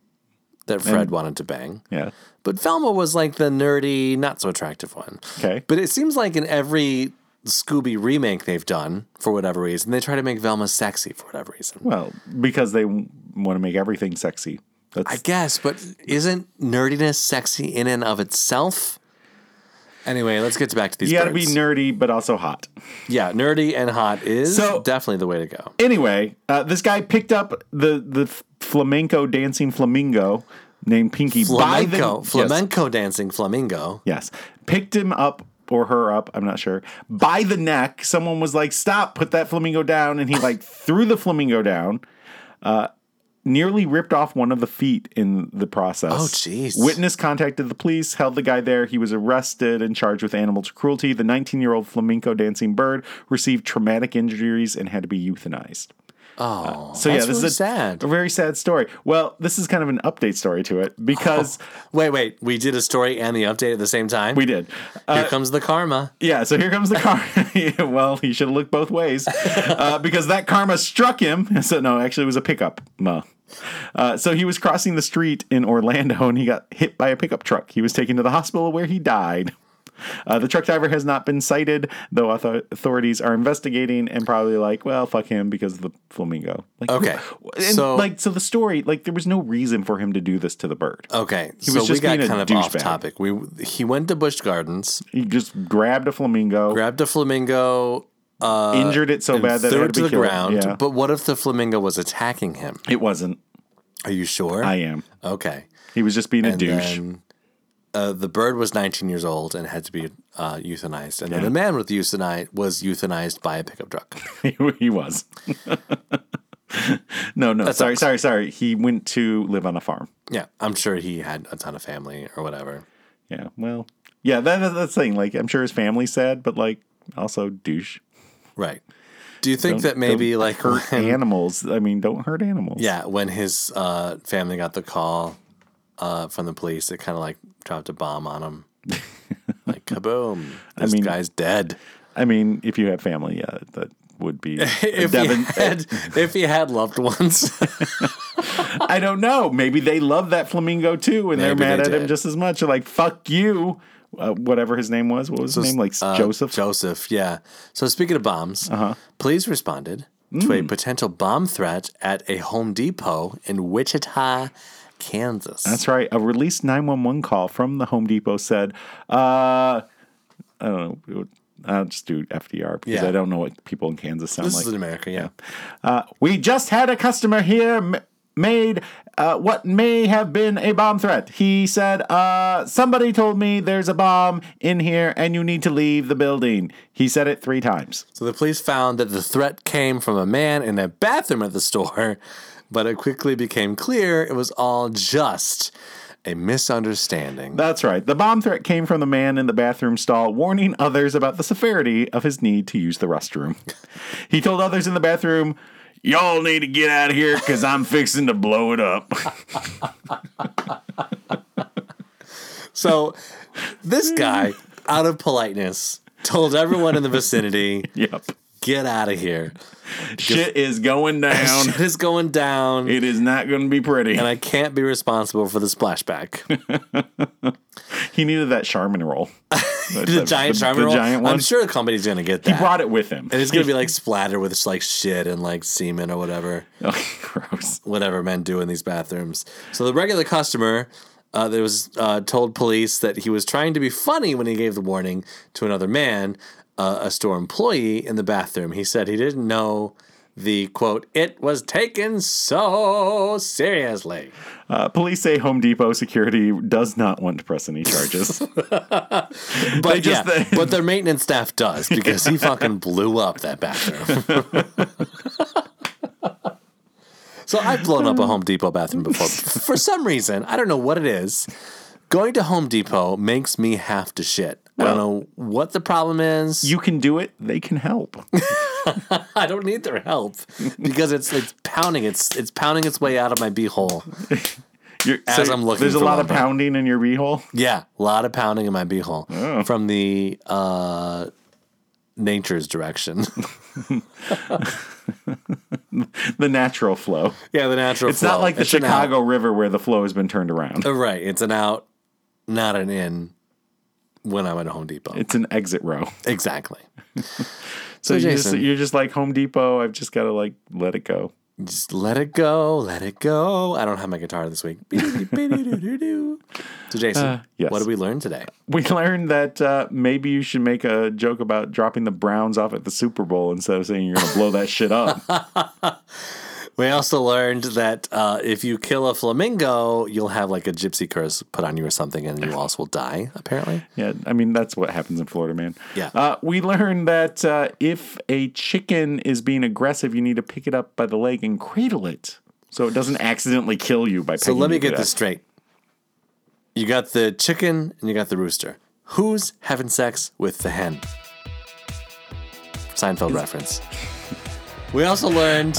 that Fred wanted to bang.
Yeah.
But Velma was like the nerdy, not so attractive one.
Okay.
But it seems like in every Scooby remake they've done, for whatever reason, they try to make Velma sexy for whatever reason.
Well, because they want to make everything sexy. That's
I guess, but isn't nerdiness sexy in and of itself? Anyway, let's get back to these.
you got to be
birds.
nerdy but also hot.
Yeah, nerdy and hot is
So-
definitely the way to go.
Anyway, uh, this guy picked up the the flamenco dancing flamingo named Pinky by the
Flamenco,
yes.
flamenco dancing flamingo.
Yes. Picked him up or her up, I'm not sure, by the neck. Someone was like, stop, put that flamingo down. And he like threw the flamingo down, uh, nearly ripped off one of the feet in the process.
Oh, jeez.
Witness contacted the police, held the guy there. He was arrested and charged with animal cruelty. The 19 year old flamenco dancing bird received traumatic injuries and had to be euthanized. Uh,
Oh,
So
that's
yeah, this
really
is a,
sad.
a very sad story. Well, this is kind of an update story to it because
Wait, wait, we did a story and the update at the same time.
we did.
Here comes the karma.
Yeah, so here comes the car. Yeah, well, he should have looked both ways uh, because that karma struck him. So, no, actually, it was a pickup. No. Uh, so he was crossing the street in Orlando and he got hit by a pickup truck. He was taken to the hospital where he died. Uh, the truck driver has not been cited, though author- authorities are investigating and probably like, well, fuck him because of the flamingo. Like,
Okay,
And,
so-
like, so the story, like, there was no reason for him to do this to the bird.
Okay,
was
so we
just
got
being a
kind of off
douchebag.
topic. We he went to Busch Gardens,
He just grabbed a flamingo,
grabbed a flamingo, uh,
injured it so
and
bad that it
threw
had
it to
be
the
killed.
ground.
Yeah.
But what if the flamingo was attacking him?
It wasn't.
Are you sure?
I am.
Okay.
He was just being a
And
douche.
then, uh, the bird was 19 years old and had to be uh, euthanized. And then the man with euthani- was euthanized by a pickup truck.
he was. no, no. sorry, sorry, sorry. He went to live on a farm.
yeah, I'm sure he had a ton of family or whatever.
Yeah. Well, yeah, that, that- that's the thing. Like, I'm sure his family's sad, but like, also douche.
Right. Do you think that maybe
Don't
like
hurt
when-
animals. I mean, don't hurt animals.
yeah, when his uh, family got the call uh, from the police, it kind of like dropped a bomb on him. like kaboom! This
mean- uh,
guy's dead.
I mean, if you have family, yeah, that would be
If
Devin.
he had, if he had loved ones,
I don't know. Maybe they love that flamingo too, and they're
Maybe
mad
they
at him
did.
just as much. They're like, "Fuck you," uh, whatever his name was. What was his name? Like
Uh,
Joseph. Uh-huh.
Joseph, yeah. So speaking of bombs, police responded to
Mm.
a potential bomb threat at a Home Depot in Wichita, Kansas.
That's right. A released 911 call from the Home Depot said, uh, I don't know. I'll just do FDR because
Yeah.
I don't know what people in Kansas sound
this
like.
is in America, yeah.
Uh, we just had a customer here m- made uh, what may have been a bomb threat. He said, uh, Somebody told me there's a bomb in here and you need to leave the building. He said it three times.
So the police found that the threat came from a man in a bathroom at the store, but it quickly became clear it was all just a misunderstanding.
That's right. The bomb threat came from the man in the bathroom stall warning others about the severity of his need to use the restroom. he told others in the bathroom, Y'all need to get out of here because I'm fixing to blow it up.
So this guy, out of politeness, told everyone in the vicinity,
yep.
get out of here.
Shit is going down.
Shit is going down.
It is not going to be pretty.
and I can't be responsible for the splashback.
He needed that Charmin roll.
the, giant charmer
The
roll.
giant one.
I'm sure the company's gonna get
he
that.
brought it with him.
and it's gonna be like splattered with just like shit and like semen or whatever,
Oh, gross.
whatever men do in these bathrooms. So the regular customer uh, that was uh, told police that he was trying to be funny when he gave the warning to another man, uh, a store employee in the bathroom. He said he didn't know the quote. It was taken so seriously.
Uh, police say Home Depot security does not want to press any charges.
But
just-
yeah,
they-
but their maintenance staff does because he fucking blew up that bathroom. so I've blown up a Home Depot bathroom before. For some reason, I don't know what it is. Going to Home Depot makes me have to shit. I don't know what the problem is.
you can do it. They can help.
I don't need their help because it's it's pounding it's it's pounding its way out of my beehole.
You're,
As I'm looking
there's a
for
lot of
lumber.
pounding in your beehole.
Yeah, a lot of pounding in my beehole from the uh, nature's direction.
The natural flow.
yeah, the natural.
It's not
flow.
like the
an out.
Chicago River where the flow has been turned around.
Uh, Right. It's an out, not an in when I'm at Home Depot.
It's an exit row.
exactly.
So, you're, just,
Jason-
you're just like Home Depot. I've just got to like let it go.
Just let it go, let it go. I don't have my guitar this week. Beep-beep-beep-doo-doo-doo. so, Jason,
Uh, yes.
what did we learn today?
We learned that uh, maybe you should make a joke about dropping the Browns off at the Super Bowl instead of saying you're going to blow that shit up.
We also learned that uh, if you kill a flamingo, you'll have like a gypsy curse put on you or something, and you also will die, apparently.
Yeah, I mean that's what happens in Florida, man.
Yeah.
Uh, we learned that uh, if a chicken is being aggressive, you need to pick it up by the leg and cradle it, so it doesn't accidentally kill you by.
So, let me get this straight. You got the chicken and you got the rooster. Who's having sex with the hen? Seinfeld reference. We also learned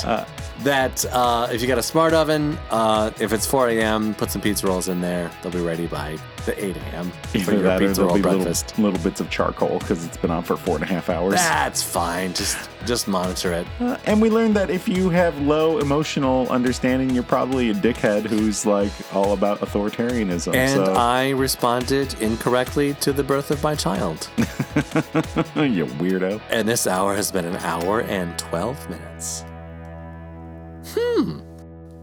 that uh, if you got a smart oven, uh, if it's 4 a.m., put some pizza rolls in there. They'll be ready by the 8 a.m. for
Either
your
that or
pizza
there'll
roll
be
breakfast.
little, little bits of charcoal because it's been on for four and a half hours.
That's fine. Just just monitor it.
Uh, and we learned that if you have low emotional understanding, you're probably a dickhead who's like all about authoritarianism.
And
so
I responded incorrectly to the birth of my child.
you weirdo.
and this hour has been an hour and 12 minutes. Hmm.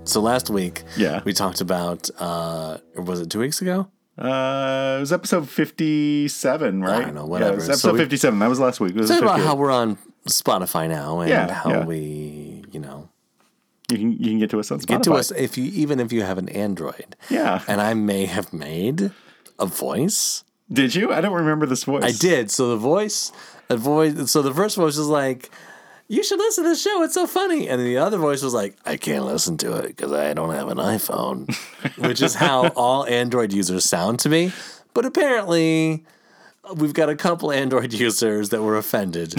So last week,
Hmm. Yeah.
we talked about, uh, or was it two weeks ago?
Uh, it was episode fifty-seven, right?
know,
Yeah, it
whatever.
was
So
episode
we-
fifty-seven. That was last week. It was
Talk about
58.
how we're on Spotify now and
Yeah,
how
yeah.
we, you know,
You can you can get to us on Spotify.
get to us if you, even if you have an Android.
Yeah.
And I may have made a voice.
Did you? I don't remember this voice.
I did. So the voice, a voice. So the first voice was like, "You should listen to the show. It's so funny." And then the other voice was like, "I can't listen to it because I don't have an iPhone," which is how all Android users sound to me. But apparently, we've got a couple Android users that were offended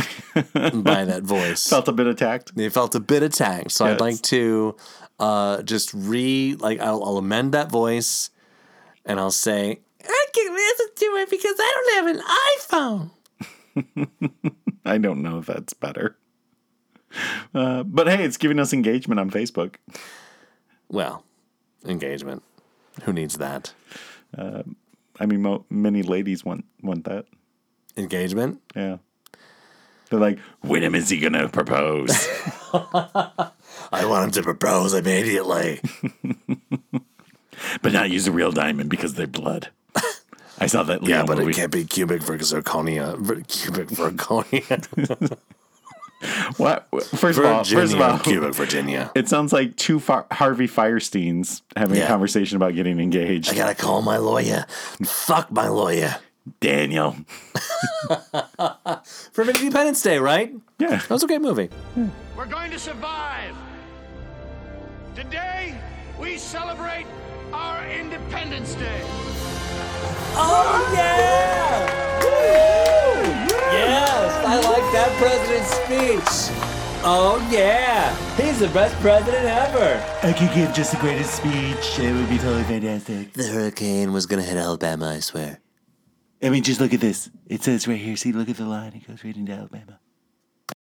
by that voice.
Felt a bit attacked.
They felt a bit attacked. So I'd
Yes.
like to uh, just re like I'll, I'll amend that voice, and I'll say I can listen to it because I don't have an iPhone.
I don't know if that's better. Uh, but hey, it's giving us engagement on Facebook.
Well, engagement. Who needs that?
I mean, mo- many ladies want want that.
Engagement?
Yeah, they're like, when am- is he gonna propose?
I want him to propose immediately.
but not use a real diamond because they're blood. I saw that.
yeah,
Leo
but
movie.
it can't be cubic for zirconia. ver- Cubic zirconia.
What? First of all, first of
Virginia.
all,
Cubic Virginia.
it sounds like two far- Harvey Firesteins having a
Yeah.
conversation about getting engaged.
I gotta call my lawyer. Fuck my lawyer.
Daniel.
For Independence Day, right?
Yeah.
That was a great movie.
We're going to survive. Today, we celebrate our Independence Day.
Oh yeah! Yes, I like that president's speech. Oh yeah, he's the best president ever.
I could give just the greatest speech. It would be totally fantastic.
The hurricane was gonna hit Alabama, I swear.
I mean, just look at this. It says right here. See, look at the line. It goes right into Alabama.